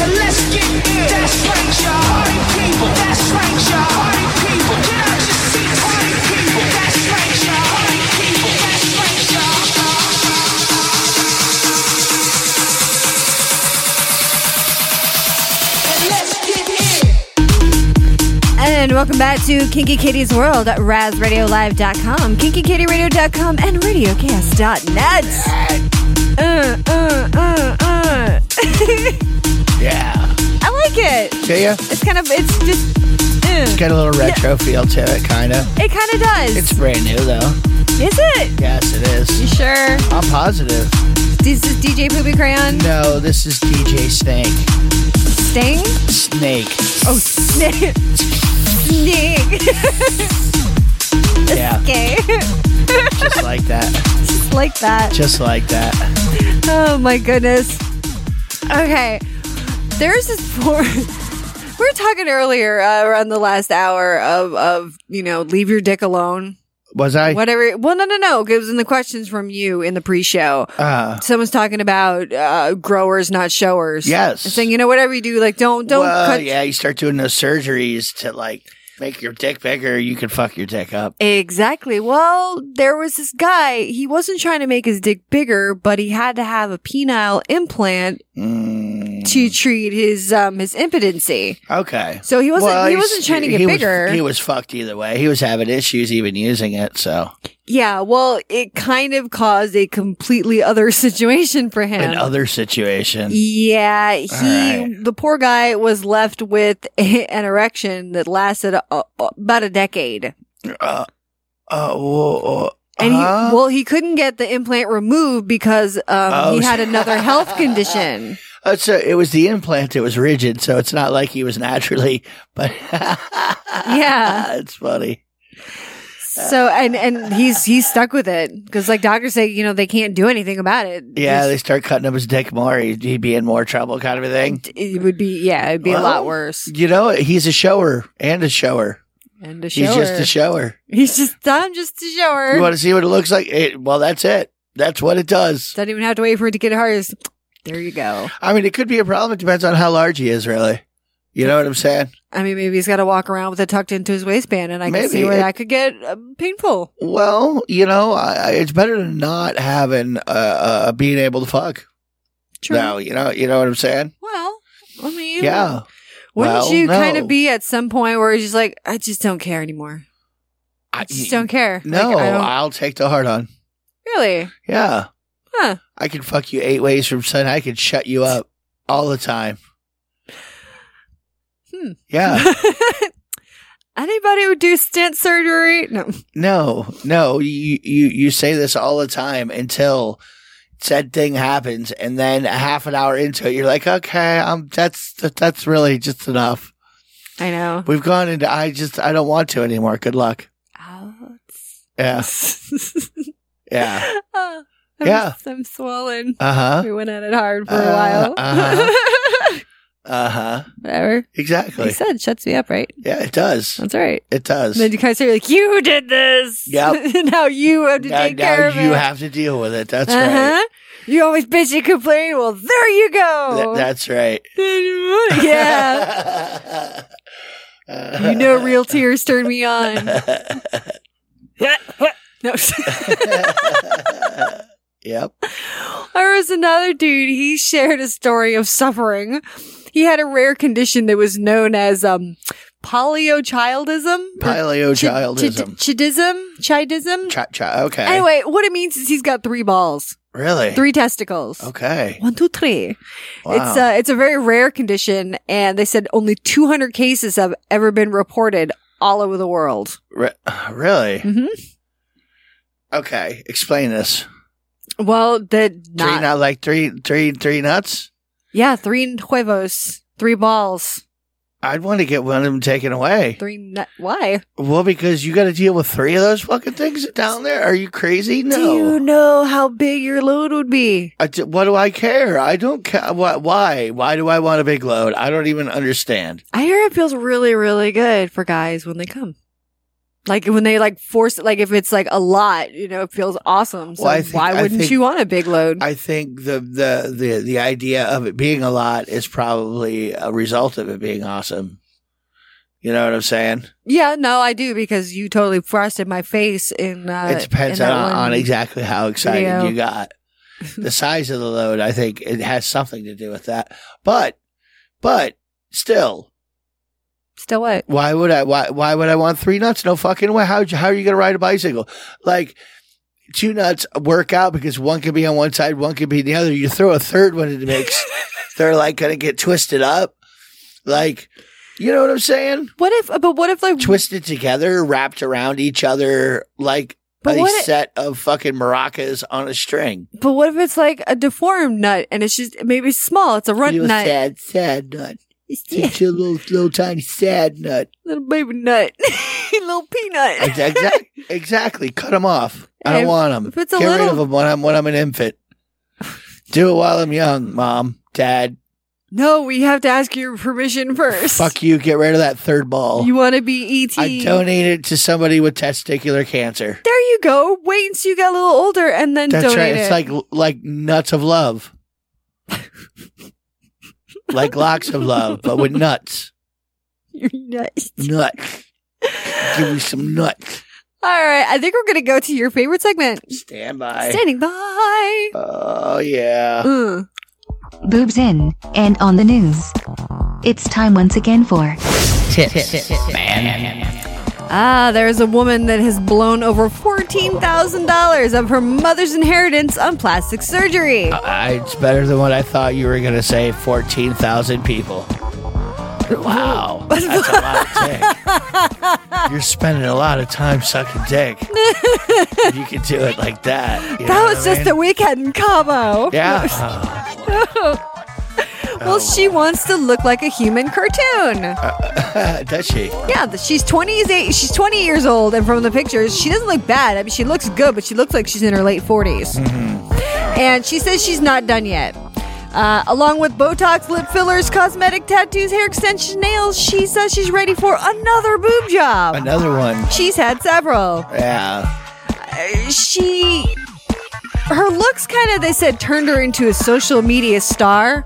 I: and let's get ill. That's right, y'all. Party people, that's right, y'all. Party people, get out your seats. Party people, that's right, y'all. Party people, that's right, y'all. And let's get ill.
E: And welcome back to Kinky Katie's World at RazRadioLive.com, KinkyKatieRadio.com, and RadioCast.net. Uh, uh, uh, uh.
F: Yeah.
E: I like it.
F: See ya?
E: It's kind of, it's just, uh,
F: Got a little retro feel to it, kind of.
E: it kind of does.
F: It's brand new, though.
E: Is it?
F: Yes, it
E: You
F: is.
E: sure?
F: I'm positive.
E: This is DJ Poopy Crayon.
F: No, this is DJ Snake.
E: Sting?
F: Snake.
E: Oh, snake. Snake.
F: Yeah,
E: Okay.
F: just like that.
E: just like that.
F: Just like that.
E: Oh my goodness. Okay. There's this poor. We were talking earlier uh, around the last hour of, of, you know, leave your dick alone.
F: Was I?
E: Whatever. Well, no, no, no. It was in the questions from you in the pre show.
F: Uh,
E: Someone's talking about uh, growers, not showers.
F: Yes.
E: And saying, you know, whatever you do, like, don't, don't
F: well,
E: cut.
F: yeah, you start doing those surgeries to like make your dick bigger, you can fuck your dick up.
E: Exactly. Well, there was this guy. He wasn't trying to make his dick bigger, but he had to have a penile implant
F: Mm,
E: to treat his um his impotency.
F: okay.
E: So he wasn't
F: Well,
E: he
F: he's-
E: wasn't trying to get
F: he was-
E: bigger.
F: he was fucked either way. He was having issues even using it. So
E: yeah, well, it kind of caused a completely other situation for him.
F: another situation.
E: yeah, he
F: Alright.
E: the poor guy was left with an erection that lasted uh about a decade.
F: Uh, uh, whoa, uh,
E: And he,
F: huh?
E: well, he couldn't get the implant removed because um,
F: Oh,
E: he had another health condition.
F: Uh, so it was the implant that was rigid, so it's not like he was naturally. But yeah, it's funny.
E: So and and he's he's stuck with it because like doctors say you know they can't do anything about it.
F: Yeah, they start cutting up his dick more. He'd, he'd be in more trouble, kind of a thing.
E: it would be yeah it'd be a
F: Well,
E: lot worse.
F: You know, he's a shower and a shower.
E: And a shower.
F: He's just a shower.
E: He's just I'm just a shower.
F: You want to see what it looks like? It, well, that's it. That's what it does.
E: Don't even have to wait for it to get hard. It's- There you go.
F: I mean, it could be a problem. It depends on how large he is, really. You know what I'm saying?
E: I mean, maybe he's got to walk around with it tucked into his waistband, and I can see
F: Maybe.
E: where that could get uh, painful.
F: Well, you know, I, I- it's better than not having uh, uh, being able to fuck.
E: True.
F: No, you know, you know what I'm saying?
E: Well, I mean,
F: Yeah.
E: Wouldn't
F: Well,
E: you
F: no.
E: kind of be at some point where you're just like, I just don't care anymore. I
F: I-
E: just don't care.
F: No,
E: Like, I don't-
F: I'll take the hard on.
E: really.
F: Yeah.
E: Huh.
F: I can fuck you eight ways from sun. I can shut you up. all the time.
E: Hmm.
F: Yeah.
E: Anybody who do stent surgery? No.
F: No, no, you, you you say this all the time until said thing happens, and then a half an hour into it, you're like, okay, um, that's that's really just enough.
E: I know.
F: We've gone into I just I don't want to anymore. Good luck. Yeah, yeah,
E: I'm,
F: Yeah.
E: I'm swollen.
F: Uh-huh.
E: We went at it hard for a
F: Uh,
E: while.
F: uh-huh. uh huh.
E: Whatever.
F: Exactly.
E: Like you said, shuts me up, right?
F: Yeah, it does.
E: That's right.
F: It does.
E: And then you kind of say, like, you did this.
F: Yep.
E: now you have to
F: now
E: take
F: now
E: care of it.
F: you have to deal with it. That's right.
E: Uh-huh. You always bitch and complain. Well, there you
F: Th-
E: go.
F: that's right.
E: yeah. you know, real tears turn me on. no.
F: Yep.
E: There was another dude. He shared a story of suffering. He had a rare condition that was known as um, poliochildism.
F: Paleochildism.
E: Ch- chidism? Chidism?
F: Cha cha. Okay.
E: Anyway, what it means is he's got three balls,
F: Really?
E: three testicles.
F: Okay.
E: One, two, three.
F: Wow.
E: It's uh, a it's a very rare condition, and they said only 200 cases have ever been reported all over the world.
F: Re- really?
E: Mhm.
F: Okay. Explain this.
E: Well, the
F: three
E: not,
F: not like three three three nuts.
E: yeah, three huevos, three balls,
F: I'd want to get one of them taken away.
E: three. Nut- Why?
F: Well, because you got to deal with three of those fucking things down there. Are you crazy? No.
E: Do you know how big your load would be?
F: I d- what do I care? I don't care. Why, why? Why do I want a big load? I don't even understand.
E: I hear it feels really, really good for guys when they come. Like when they like force, like if it's like a lot, you know, it feels awesome. So
F: Well, I think-
E: why
F: I
E: wouldn't
F: think-
E: you want a big load?
F: I think the, the the the idea of it being a lot is probably a result of it being awesome. You know what I'm saying?
E: yeah, no, I do because you totally frosted my face in. Uh,
F: it depends on,
E: in that
F: on
E: one-
F: exactly how excited
E: video.
F: you got. The size of the load, I think it has something to do with that. But, but still,
E: Still what?
F: why would I, why, why would I want three nuts? No fucking way. How, how are you going to ride a bicycle? Like two nuts work out because one can be on one side, one can be the other. You throw a third one in the mix. they're like going to get twisted up. Like, you know what I'm saying?
E: What if? uh, But what if like?
F: twisted together, wrapped around each other like
E: But
F: a
E: what it-
F: set of fucking maracas on a string.
E: But what if it's like a deformed nut and it's just maybe it's small? It's a runt
F: Little
E: nut,
F: sad, sad nut. It's a little, little tiny sad nut.
E: little baby nut, little peanut.
F: Exactly. exactly. Cut them off. I don't
E: If-
F: want them.
E: if it's a
F: Get rid
E: little-
F: of them when I'm when I'm an infant. Do it while I'm young, mom, dad.
E: No, we have to ask your permission first.
F: Fuck you. Get rid of that third ball.
E: You want to be E ET?
F: I donate it to somebody with testicular cancer.
E: There you go. Wait until you get a little older and then
F: That's
E: donate
F: right.
E: it.
F: It's like like nuts of love, like locks of love, but with nuts.
E: you're nuts.
F: Nuts. Give me some nuts.
E: All right, I think we're gonna go to your favorite segment.
F: Stand by.
E: Standing by.
F: oh yeah.
E: Mm.
A: Boobs in and on the news. It's time once again for
E: Ah, there's a woman that has blown over fourteen thousand dollars of her mother's inheritance on plastic surgery.
F: I, it's better than what I thought you were gonna say. Fourteen thousand people. Wow, that's a lot of dick. You're spending a lot of time sucking dick. If you could do it like that. you know
E: that
F: what
E: was
F: I
E: just
F: mean?
E: a weekend in Cabo.
F: yeah. Oh.
E: Well, she wants to look like a human cartoon.
F: Uh, Does she?
E: Yeah, th- she's 28. She's 20 years old, and from the pictures, she doesn't look bad. I mean, she looks good, but she looks like she's in her late 40s. And she says she's not done yet. Uh, along with Botox, lip fillers, cosmetic tattoos, hair extension, nails, she says she's ready for another boob job.
F: Another one.
E: She's had several.
F: Yeah.
E: Uh, She, her looks kind of they said turned her into a social media star.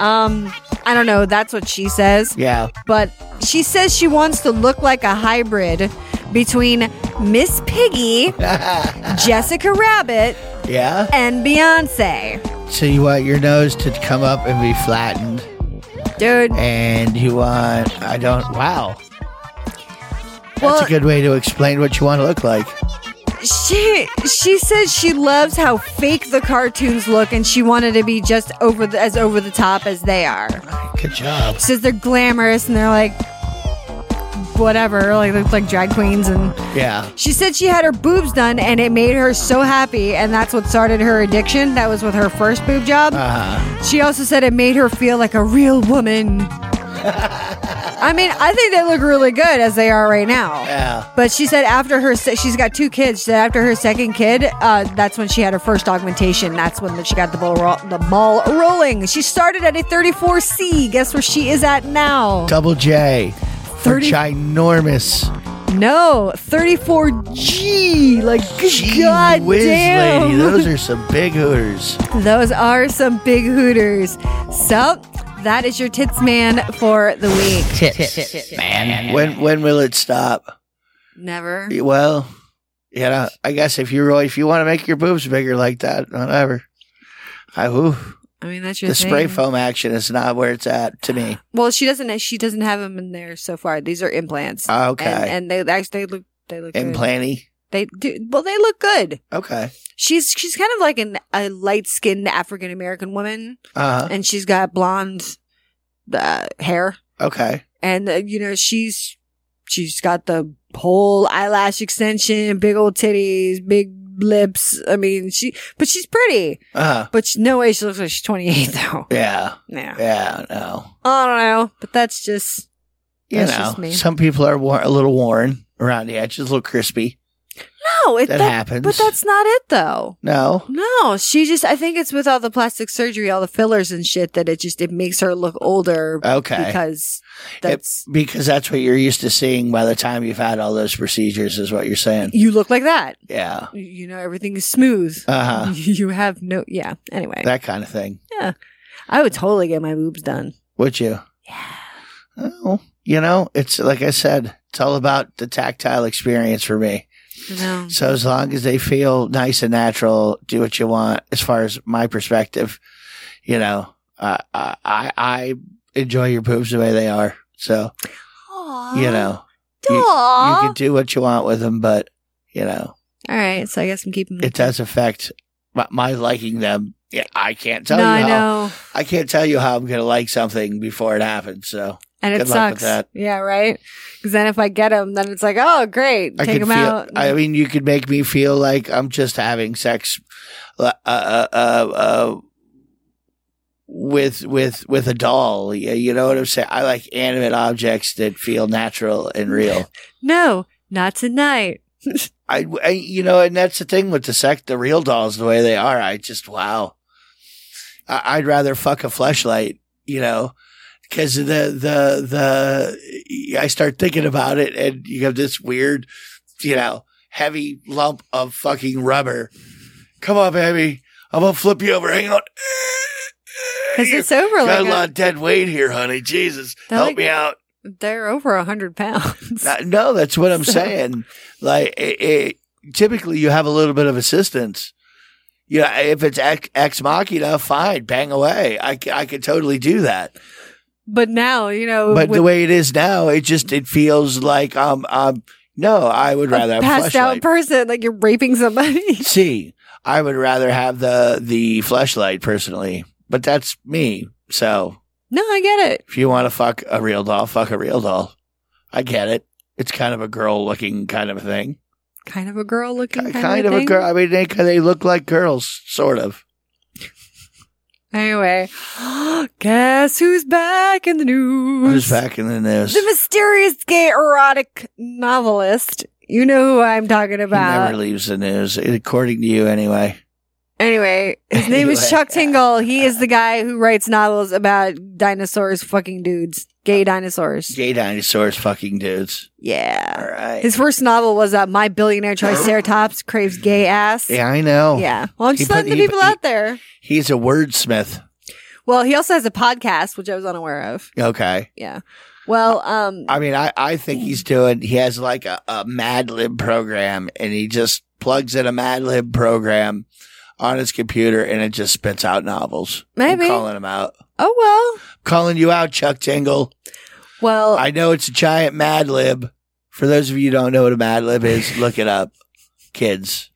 E: Um, I don't know. That's what she says
F: Yeah.
E: but she says she wants to look like a hybrid between Miss Piggy, Jessica Rabbit,
F: Yeah.
E: and Beyonce.
F: So you want your nose to come up and be flattened,
E: Dude,
F: and you want I don't. Wow. That's
E: well,
F: a good way to explain what you want to look like.
E: She she says she loves how fake the cartoons look, and she wanted to be just over the, as over the top as they are.
F: Good job.
E: She says they're glamorous and they're like whatever, like they look like drag queens. And
F: Yeah.
E: she said she had her boobs done, and it made her so happy, and that's what started her addiction. That was with her first boob job.
F: Uh-huh.
E: She also said it made her feel like a real woman. I mean, I think they look really good as they are right now.
F: Yeah.
E: But she said after her, se- she's got two kids. She said after her second kid, uh, that's when she had her first augmentation. That's when she got the ball, ro- the ball rolling. She started at a 34C. Guess where she is at now?
F: Double J. For
E: 30
F: ginormous.
E: No, 34G. Like, god
F: Whiz
E: damn.
F: lady. Those are some big hooters.
E: Those are some big hooters. So, that is your tits man for the week.
F: man. When when will it stop?
E: Never.
F: Well, you know, I guess if you really if you want to make your boobs bigger like that, whatever. I woo.
E: I mean, that's your
F: The
E: thing.
F: spray foam action is not where it's at to me.
E: Well, she doesn't. She doesn't have them in there so far. These are implants.
F: Okay.
E: And, and they actually they look. They look good.
F: Implanty.
E: They do. Well, they look good.
F: Okay.
E: She's she's kind of like an, a light skinned African American woman,
F: Uh
E: and she's got blonde uh, hair,
F: huh. Okay.
E: and uh, you know she's she's got the whole eyelash extension, big old titties, big lips. I mean, she but she's pretty.
F: Uh huh.
E: But she, no way she looks like she's twenty eight though.
F: Yeah.
E: Yeah.
F: Yeah. No.
E: I don't know, but that's just
F: You
E: That's
F: know,
E: just me.
F: some people are war- a little worn around the edges, a little crispy.
E: no. It,
F: That happens.
E: But that's not it though.
F: No.
E: No, she just I think it's with all the plastic surgery, all the fillers and shit that it just it makes her look older
F: Okay.
E: because
F: It-
E: that's
F: because that's what you're used to seeing by the time you've had all those procedures, is what you're saying.
E: you look like that.
F: Yeah.
E: You know, everything is smooth.
F: Uh huh.
E: You have no yeah. Anyway.
F: That kind of thing.
E: I would totally get my boobs done.
F: Would you? Yeah. Oh, you know, it's like I said, it's all about the tactile experience for me.
E: No.
F: So as long as they feel nice and natural, do what you want. As far as my perspective, you know, uh, I I I enjoy your boobs the way they are. So you know, you, you can do what you want with them, but you know,
E: All right, so I guess I'm keeping
F: it does affect my, my liking them. Yeah, I can't tell
E: No,
F: you.
E: I
F: how,
E: know.
F: I can't tell you how I'm gonna like something before it happens. So
E: And it
F: Good luck with
E: sucks.
F: that.
E: Yeah, right? Cuz then if I get them, then it's like, "Oh, great.
F: I
E: Take
F: could
E: them
F: feel.
E: out."
F: I mean, you could make me feel like I'm just having sex, uh, uh, uh, uh, with with with a doll. You, you know what I'm saying? I like animate objects that feel natural and real.
E: no, not tonight.
F: I, I- you know, and that's the thing with the sec, the real dolls, the way they are. I just wow. I, I'd rather fuck a flashlight, you know, because the the the I start thinking about it, and you have this weird, you know, heavy lump of fucking rubber. Come on, baby, I'm gonna flip you over. Hang on.
E: Cuz it's over
F: Got
E: like
F: a lot of dead weight here, honey. Jesus,
E: They're
F: help
E: like-
F: me out.
E: They're over a hundred pounds.
F: Uh, No, that's what I'm
E: So-
F: saying. Like, it, it, typically you have a little bit of assistance. You know, if it's ex, ex machina, fine, bang away. I, c- I could totally do that.
E: but now, you know,
F: But
E: with
F: the way it is now, it just it feels like um um no, I would rather
E: a
F: have
E: passed out
F: flashlight.
E: person, like you're raping somebody.
F: See, I would rather have the the flashlight personally, but that's me. So
E: no, I get it.
F: if you want to fuck a real doll, fuck a real doll. I get it. It's kind of a girl looking kind of a thing.
E: Kind of a girl looking
F: Ki-
E: kind,
F: kind of a
E: thing.
F: girl. I mean, they they look like girls, sort of.
E: Anyway, guess who's back in the news?
F: Who's back in the news?
E: Mm. The mysterious gay erotic novelist. You know who I'm talking
F: He
E: about.
F: never leaves the news, according to you, anyway.
E: Anyway, his name is
F: Anyway.
E: Chuck Tingle. He is the guy who writes novels about dinosaurs fucking dudes, gay dinosaurs.
F: Gay dinosaurs, fucking dudes.
E: Yeah.
F: All right.
E: His first novel was uh, My Billionaire Triceratops Craves Gay Ass.
F: yeah, I know.
E: Yeah. Well, I'm
F: He
E: just
F: put-
E: letting the
F: he-
E: people
F: he-
E: out there.
F: he's a wordsmith.
E: Well, he also has a podcast, which I was unaware of.
F: Okay.
E: Yeah. Well, um,
F: I mean, I, I think he's doing. He has like a, a Mad Lib program, and he just plugs in a Mad Lib program on his computer, and it just spits out novels.
E: Maybe.
F: I'm calling him out.
E: oh,
F: Calling you out, Chuck Tingle.
E: well. Well,
F: I know it's a giant Mad Lib. For those of you who don't know what a Mad Lib is, look it up. kids.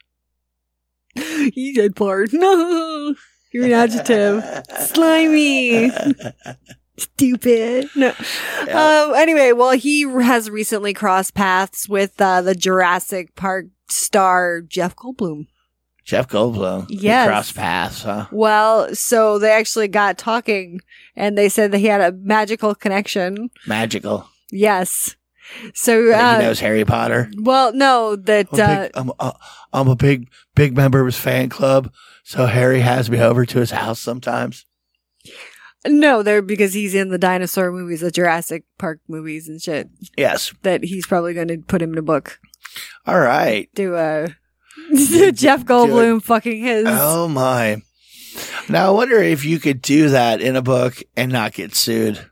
E: You did porn. No. You're an adjective. Slimy. Stupid. No. Um, anyway, well, he has recently crossed paths with uh, the Jurassic Park star Jeff Goldblum.
F: Jeff Goldblum. They
E: Yes.
F: Cross paths, huh?
E: Well, so they actually got talking and they said that he had a magical connection.
F: Magical.
E: Yes. So,
F: Like
E: uh,
F: he knows Harry Potter.
E: well, no, that,
F: I'm a
E: uh,
F: big, I'm, uh, I'm a big, big member of his fan club, so Harry has me over to his house sometimes.
E: no, they're because he's in the dinosaur movies, the Jurassic Park movies and shit.
F: Yes.
E: that he's probably going to put him in a book.
F: All right.
E: Do a Jeff Goldblum fucking his.
F: Oh my. Now I wonder if you could do that in a book and not get sued.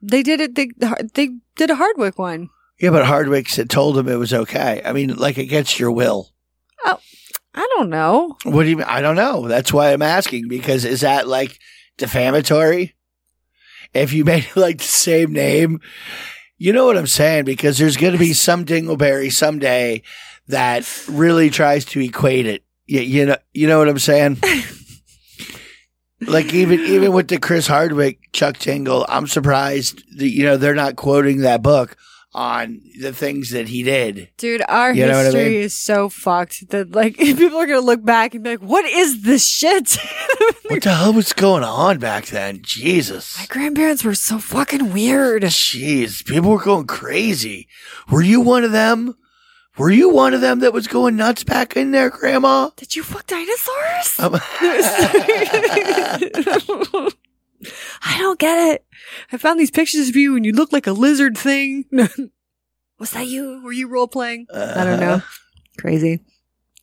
E: They did it. They they did a Hardwick one.
F: Yeah, but Hardwick said told him it was okay. I mean, like against your will.
E: I don't know.
F: What do you mean? I don't know. That's why I'm asking because is that like defamatory? If you made like the same name, you know what I'm saying? Because there's going to be some dingleberry someday that really tries to equate it. You, you know, you know what I'm saying? like even even with the Chris Hardwick Chuck Tingle, I'm surprised that you know they're not quoting that book on the things that he did.
E: Dude, our
F: You know what I
E: history
F: mean?
E: is so fucked that like people are gonna look back and be like, "What is this shit?"
F: What the hell was going on back then? Jesus.
E: My grandparents were so fucking weird.
F: Jeez, people were going crazy. Were you one of them? Were you one of them that was going nuts back in there, Grandma?
E: Did you fuck dinosaurs?
F: Um,
E: I don't get it. I found these pictures of you and you look like a lizard thing. Was that you? Were you role playing? I don't know. Crazy.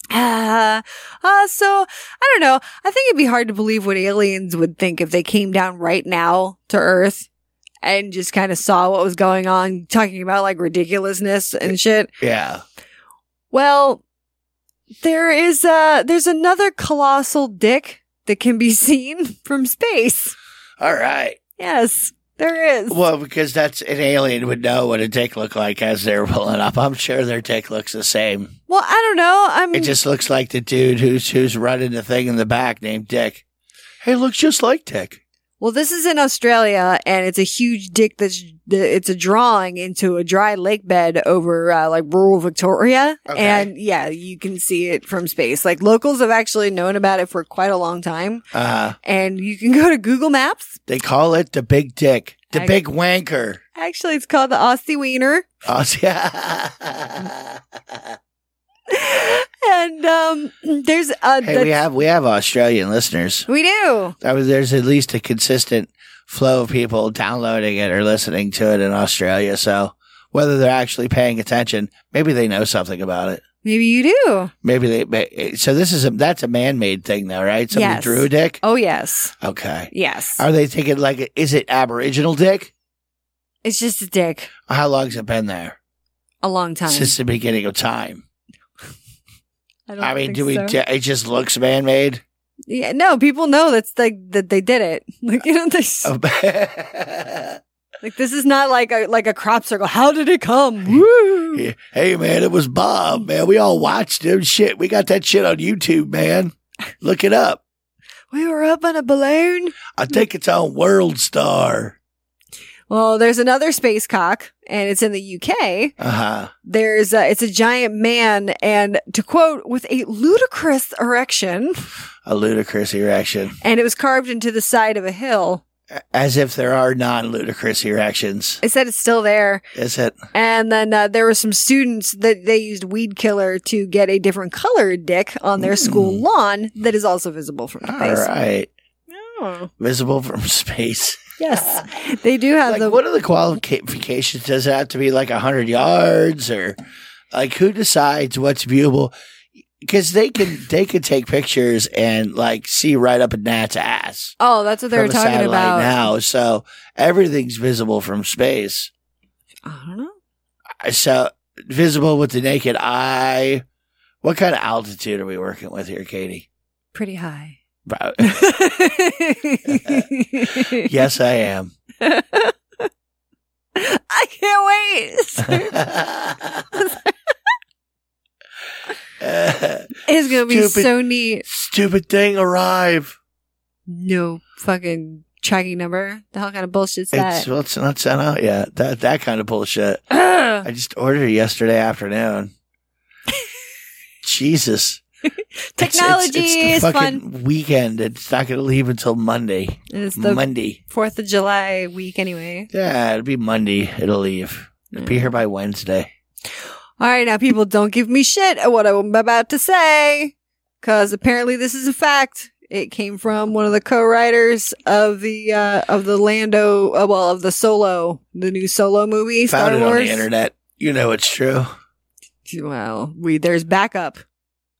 E: Uh, uh, so I don't know. I think it'd be hard to believe what aliens would think if they came down right now to Earth and just kind of saw what was going on, talking about like ridiculousness and shit.
F: Yeah.
E: Well, there is uh there's another colossal dick that can be seen from space.
F: All right.
E: Yes, there is.
F: Well, because that's an alien would know what a dick looked like as they're pulling up. I'm sure their dick looks the same.
E: Well, I don't know. I'm
F: It just looks like the dude who's who's running the thing in the back named Dick. Hey, it looks just like Dick.
E: Well, this is in Australia, and it's a huge dick that's that- it's a drawing into a dry lake bed over uh, like rural Victoria,
F: Okay.
E: and yeah, you can see it from space. Like locals have actually known about it for quite a long time,
F: Uh,
E: and you can go to Google Maps.
F: they call it the big dick, the
E: I-
F: big wanker.
E: Actually, it's called the Aussie Wiener.
F: Oh, yeah.
E: and um, there's uh,
F: Hey, we
E: that's-
F: have we have Australian listeners.
E: we do.
F: I mean, there's at least a consistent flow of people downloading it or listening to it in Australia. So whether they're actually paying attention, maybe they know something about it.
E: Maybe you do.
F: Maybe they. may- So this is a that's a man made thing though, right? Somebody
E: Yes.
F: drew a dick.
E: Oh yes,
F: Okay.
E: yes.
F: Are they thinking like is it Aboriginal dick?
E: It's just a dick.
F: How long's it been there
E: A long time.
F: since the beginning of time?
E: I, don't
F: I mean,
E: think
F: do we?
E: so.
F: It just looks man made.
E: Yeah, no, people know that's like that they did it. Like you know, this,
F: Oh.
E: like this is not like a like a crop circle. How did it come? Woo!
F: Yeah. Hey man, it was Bob, man. We all watched him. Shit, we got that shit on YouTube, man. Look it up.
E: We were up on a balloon.
F: I think it's on World Star.
E: Well, there's another space cock, and it's in the UK.
F: Uh huh.
E: There's a, it's a giant man, and to quote, with a ludicrous erection,
F: A ludicrous erection.
E: and it was carved into the side of a hill.
F: As if there are non ludicrous erections.
E: It said it's still there.
F: Is it?
E: And then uh, there were some students that they used weed killer to get a different colored dick on their
F: Hmm.
E: school lawn that is also visible from
F: All
E: space.
F: right.
E: Oh.
F: Visible from space.
E: Yes, they do have
F: Like,
E: the.
F: what are the qualifications? Does it have to be like 100 yards or like who decides what's viewable? Because they can they can take pictures and like see right up a gnat's ass.
E: oh, that's what they were
F: from a
E: talking
F: satellite
E: about.
F: now, so everything's visible from space.
E: I don't know.
F: So visible with the naked eye. What kind of altitude are we working with here, Katie?
E: Pretty high.
F: Bro- yes, I am.
E: I can't wait.
F: uh,
E: It's gonna be
F: Stupid.
E: so neat.
F: Stupid thing, arrive.
E: No fucking tracking number. The hell kind of bullshit is
F: It's,
E: that?
F: well, it's not sent out yet. That that kind of bullshit.
E: Ugh.
F: I just ordered it yesterday afternoon. Jesus. It's- it's-
E: Technology
F: it's,
E: is
F: the
E: fun.
F: fucking weekend. It's not going to leave until Monday.
E: It's the
F: Monday.
E: Fourth of July week, anyway.
F: Yeah, it'll be Monday. It'll leave. It'll be here by Wednesday.
E: All right, now people, don't give me shit at what I'm about to say, because apparently this is a fact. It came from one of the co-writers of the uh, of the Lando, uh, well, of the Solo, the new Solo movie, Star
F: Found it
E: Wars.
F: on the internet. You know it's true.
E: Well, we there's backup.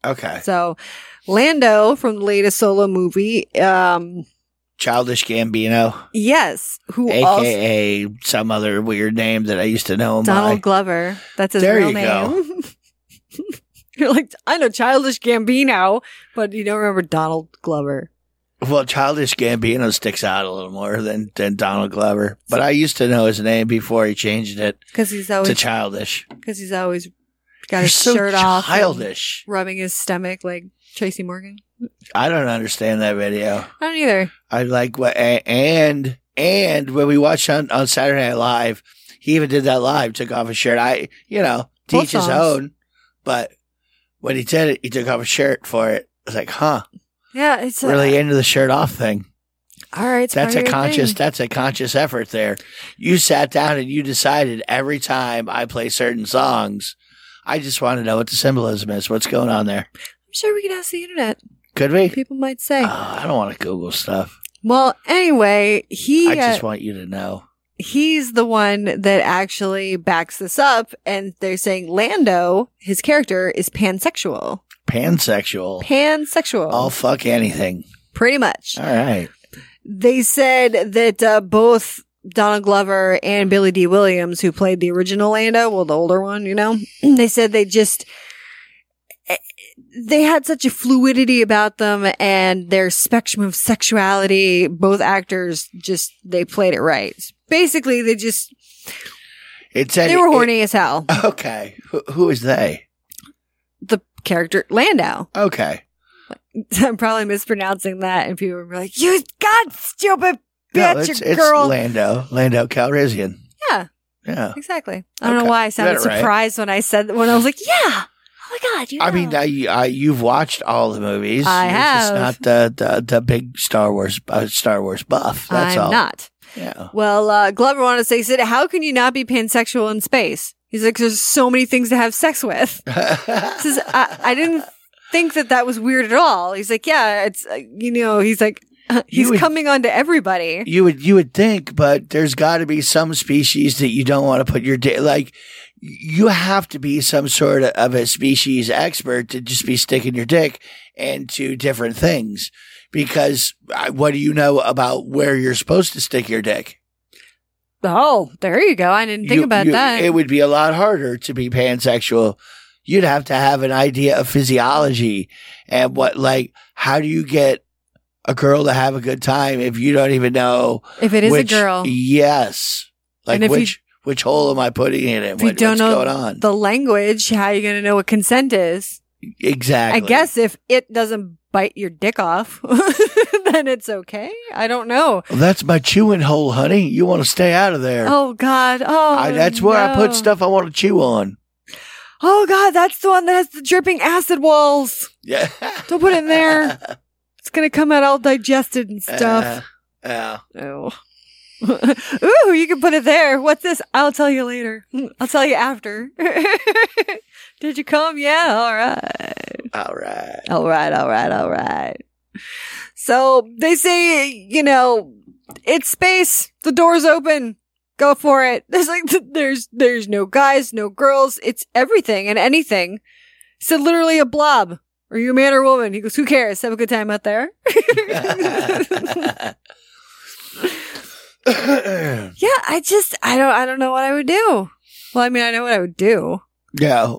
F: Okay.
E: So, Lando from the latest Solo movie, um,
F: Childish Gambino,
E: yes, who also
F: aka some other weird name that I used to know him
E: Donald
F: by.
E: Glover. That's his
F: There
E: real
F: you go.
E: name. You're like, I know Childish Gambino, but you don't remember Donald Glover.
F: Well, Childish Gambino sticks out a little more than, than Donald Glover, but I used to know his name before he changed it
E: Because he's
F: to
E: always
F: Childish.
E: because he's always got
F: You're
E: his
F: so
E: shirt off, and
F: childish.
E: rubbing his stomach like Tracy Morgan.
F: I don't understand that video.
E: I don't either.
F: I like what a- and and when we watched on on Saturday Night Live, he even did that live, took off his shirt. I you know
E: Both
F: teach his
E: songs.
F: own, but when he did it, he took off his shirt for it. I was like, huh,
E: Yeah, it's a-
F: really into the shirt off thing.
E: all right. It's
F: That's a
E: part of your
F: conscious.
E: thing.
F: That's a conscious effort. There, you sat down and you decided every time I play certain songs, I just want to know what the symbolism is. What's going on there?
E: I'm sure we could ask the internet.
F: Could we?
E: People might say.
F: Oh, I don't want to Google stuff.
E: well, anyway, he
F: I just
E: uh,
F: want you to know.
E: he's the one that actually backs this up, and they're saying Lando, his character, is pansexual.
F: Pansexual.
E: Pansexual,
F: I'll fuck anything.
E: pretty much.
F: All right.
E: They said that uh, both Donald Glover and Billy D. Williams, who played the original Lando, well, the older one, you know, they said they just eh, they had such a fluidity about them and their spectrum of sexuality. Both actors just they played it right. Basically, they just
F: It said
E: they were
F: it-
E: horny as hell.
F: okay. Who, who is they?
E: The character Lando.
F: Okay.
E: I'm probably mispronouncing that, and people were like, "You god stupid
F: No,
E: bitch,
F: it's,
E: you
F: it's
E: girl."
F: Lando. Lando Calrissian.
E: Yeah.
F: Yeah.
E: Exactly. I don't
F: Okay.
E: know why I sounded
F: You got it right.
E: surprised when I said when I was like, "Yeah,
C: Oh my god, you
F: I mean,
C: know.
F: now you, I, you've watched all the movies.
E: I
F: You're
E: have.
F: Just not the, the, the big Star Wars uh, Star Wars buff. That's
E: I'm
F: all.
E: not."
F: Yeah.
E: Well, uh, Glover wanted to say, he said, "How can you not be pansexual in space?" He's like, "There's so many things to have sex with." He says, I, "I didn't think that that was weird at all." He's like, "Yeah, it's uh, you know," he's like, uh, "He's
F: would-
E: coming on to everybody."
F: you would you would think, but there's got to be some species that you don't want to put your da- like. You have to be some sort of a species expert to just be sticking your dick into different things, because uh, what do you know about where you're supposed to stick your dick?
E: Oh, there you go. I didn't think
F: You-
E: about
F: you-
E: that.
F: It would be a lot harder to be pansexual. You'd have to have an idea of physiology and what, like, how do you get a girl to have a good time if you don't even know
E: if it is
F: which-
E: a girl,
F: Yes. Like
E: And if you-
F: which which hole am I putting it in it?
E: if you
F: What,
E: don't
F: what's going
E: know
F: on?
E: the language, how are you going to know what consent is?
F: exactly.
E: I guess if it doesn't bite your dick off, then it's okay. I don't know.
F: Well, that's my chewing hole, honey. You want to stay out of there.
E: Oh God. Oh,
F: I, that's where I
E: no.
F: put stuff I want to chew on.
E: Oh God, that's the one that has the dripping acid walls.
F: Yeah.
E: Don't put it in there. It's gonna come out all digested and stuff.
F: Uh, yeah.
E: oh. Ooh, you can put it there. What's this? I'll tell you later. I'll tell you after. Did you come? Yeah. All right.
F: all right.
E: All right, all right, all right. So they say, you know, it's space. The door's open. Go for it. There's like there's there's no guys, no girls. It's everything and anything. So literally a blob. Are you a man or a woman? He goes, Who cares? Have a good time out there. yeah, I just I don't I don't know what I would do. Well, I mean, I know what I would do.
F: yeah.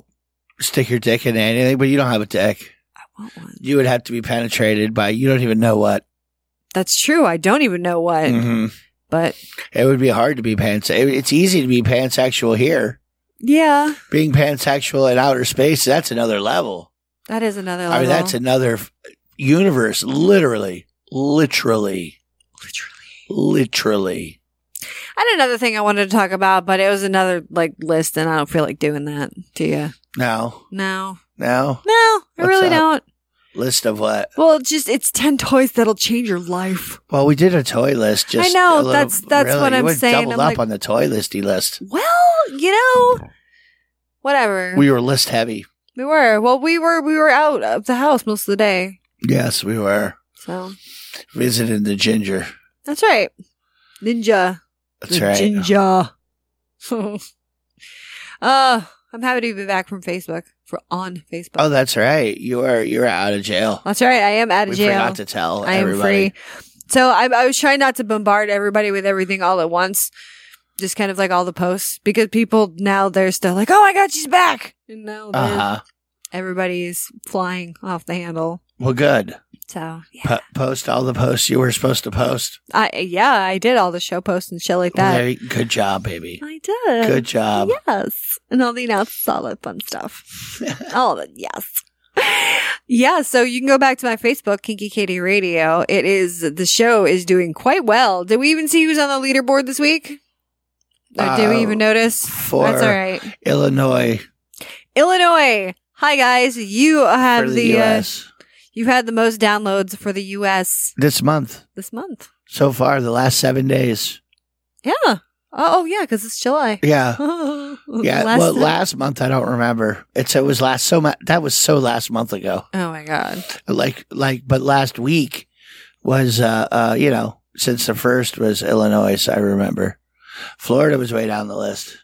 F: Stick your dick in anything, but you don't have a dick.
E: I want one.
F: You would have to be penetrated by you don't even know what.
E: That's true. I don't even know what,
F: Mhm.
E: but
F: It would be hard to be pans. it- It's easy to be pansexual here.
E: yeah.
F: being pansexual in outer space, that's another level.
E: That is another level.
F: I mean, that's another f- universe, literally, literally, literally, literally.
E: I had another thing I wanted to talk about, but it was another like list, and I don't feel like doing that. Do you?
F: Now,
E: No,
F: now,
E: no, I
F: What's
E: really
F: up?
E: don't.
F: list of what?
E: Well, it's just it's ten toys that'll change your life.
F: Well, we did a toy list. Just
E: I
F: a
E: know,
F: little-
E: that's- that's
F: really,
E: what
F: you
E: I'm
F: went
E: saying.
F: Doubled
E: I'm
F: up
E: like-
F: on the toy listy list.
E: Well, you know, whatever.
F: We were list heavy.
E: We were. Well, we were we were out of the house most of the day.
F: Yes, we were
E: So
F: visiting the ginger.
E: that's right. Ninja.
F: That's right.
E: Ninja. uh, I'm happy to be back from Facebook. For on Facebook.
F: Oh, that's right. You are you're out of jail.
E: That's right. I am out of
F: we
E: jail.
F: forgot to tell
E: I am
F: everybody.
E: free. So I, I was trying not to bombard everybody with everything all at once. Just kind of like all the posts because people now they're still like, oh my God, she's back. And now they're-
F: Uh huh.
E: everybody's flying off the handle.
F: Well, good.
E: So yeah.
F: Po- post all the posts you were supposed to post.
E: I, yeah, I did all the show posts and shit like that. Uh,
F: Very- good job, baby.
E: I did.
F: Good job.
E: Yes. And all the announcements, all that fun stuff. all the yes. Yeah, so you can go back to my Facebook, Kinky Katie Radio. It is the show is doing quite well. Did we even see who's on the leaderboard this week? Or did
F: Uh,
E: we even notice?
F: for-
E: That's all right.
F: Uh, Illinois
E: Illinois. Hi guys, you have
F: for the,
E: the, uh,
F: U.S.
E: you've had the most downloads for the US
F: this month
E: this month.
F: so far. The last seven days.
E: Yeah. Oh, oh yeah, because it's July.
F: Yeah. Yeah.
E: Less
F: well,
E: than-
F: last month I don't remember. It's it was last so much that was so last month ago.
E: oh my god.
F: Like like, but last week was uh uh you know since the first was Illinois. I remember Florida was way down the list,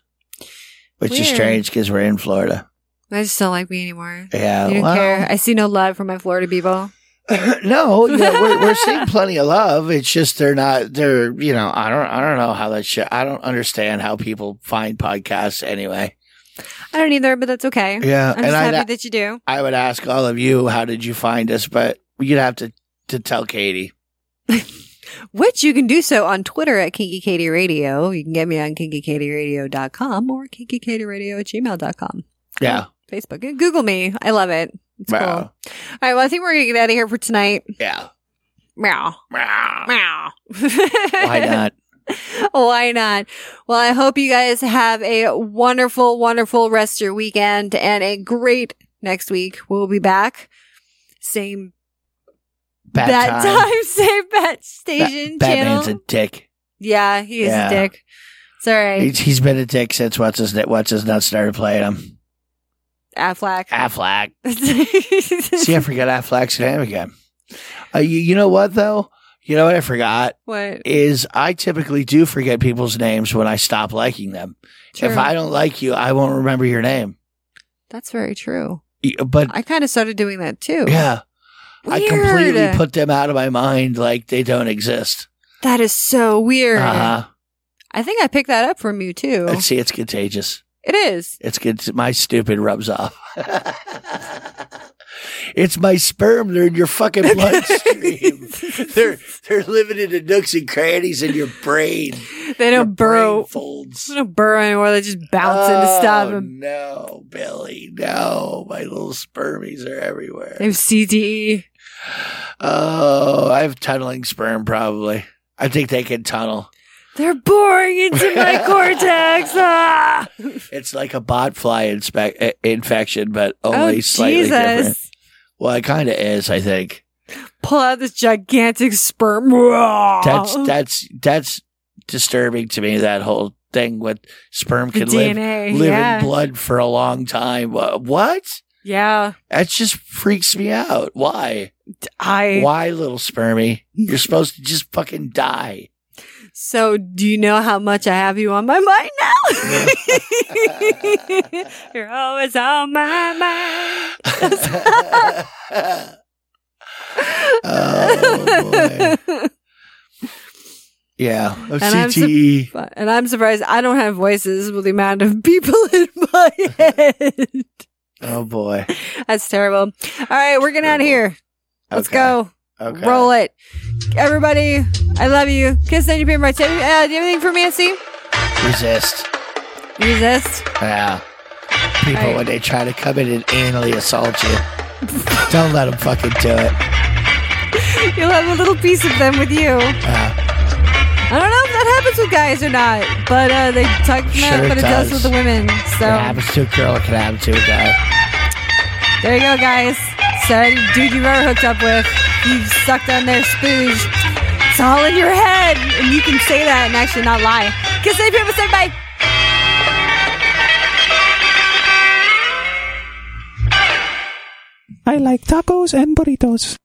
F: which is
E: Weird.
F: strange because we're in Florida.
E: I just don't like me anymore.
F: Yeah.
E: you don't
F: well,
E: care. I see no love from my Florida people.
F: no, you know, we're, we're seeing plenty of love. It's just they're not. They're you know I don't I don't know how that shit. I don't understand how people find podcasts anyway.
E: I don't either, but that's okay.
F: Yeah,
E: I'm just
F: I
E: happy that you do.
F: I would ask all of you how did you find us, but you'd have to to tell Katie.
E: Which you can do so on Twitter at Kinky Katie Radio. You can get me on kinkykatieradio.com or kinkykatieradio at gmail.com.
F: Yeah.
E: Mm. Facebook. and Google me. I love it. It's cool.
F: Wow.
E: All right. Well, I think we're going to get out of here for tonight.
F: Yeah.
E: Meow.
F: Why
E: Meow.
F: not?
E: Why not? Well, I hope you guys have a wonderful, wonderful rest of your weekend and a great next week. We'll be back. Same
F: Bad
E: bat
F: time.
E: time. same bat
F: Ba-
E: station channel.
F: Batman's a dick.
E: yeah, he is
F: Yeah.
E: a dick. It's all right.
F: He's, he's been a dick since what's his na- what's his nuts started playing him.
E: Affleck.
F: Affleck. See, I forgot Affleck's name again. Uh, you, you know what though? You know what I forgot
E: what?
F: is I typically do forget people's names when I stop liking them. If
E: True.
F: I don't like you, I won't remember your name.
E: That's very true.
F: Y- But
E: I kind of started doing that too.
F: yeah, I completely
E: Oh, Weird.
F: put them out of my mind like they don't exist.
E: that is so weird.
F: Uh-huh.
E: I think I picked that up from you too.
F: And see, it's contagious.
E: It is.
F: It's good. My stupid rubs off. it's my sperm. They're in your fucking bloodstream. they're they're living in the nooks and crannies in your brain.
E: They
F: Your
E: don't burrow.
F: brain folds.
E: They don't burrow anymore. They just bounce into
F: Oh,
E: stuff. And
F: No, Billy. No, my little spermies are everywhere.
E: they have E. CTE.
F: oh, I have tunneling sperm. Probably. I think they can tunnel.
E: They're boring into my cortex. Ah!
F: It's like a bot fly inspe- i- infection, but
E: Oh,
F: only slightly different. Well, it kind of is, I think.
E: Pull out this gigantic sperm.
F: That's that's that's disturbing to me. That whole thing with sperm
E: the
F: can live
E: DNA.
F: live
E: yeah.
F: in blood for a long time. Wha- What?
E: yeah.
F: That just freaks me out. Why?
E: I.
F: Why, little spermy? You're supposed to just fucking die.
E: So, do you know how much I have you on my mind now? You're always on my mind.
F: oh boy! Yeah, Oh,
E: I'm sup-
F: CTE.
E: But- and I'm surprised I don't have voices with the amount of people in my head.
F: oh boy!
E: That's terrible. All right, we're getting out of here. Let's
F: Okay.
E: go.
F: Okay.
E: Roll it. Everybody, I love you. Kiss on your paper. Uh, do you have anything for Nancy?
F: Resist.
E: Resist.
F: Yeah. People
E: Right.
F: when they try to come in and anally assault you. Don't let them fucking do it.
E: You'll have a little piece of them with you. I don't know if that happens with guys or not, but uh, they tuck them
F: Sure
E: out, but it does.
F: does.
E: with the women. So
F: It happens to a girl, it can happen to a guy.
E: there you go, guys. So any dude you've ever hooked up with, you've sucked on their spooge. It's all in your head, and you can say that and actually not lie. Kiss any people, say bye.
J: I like tacos and burritos.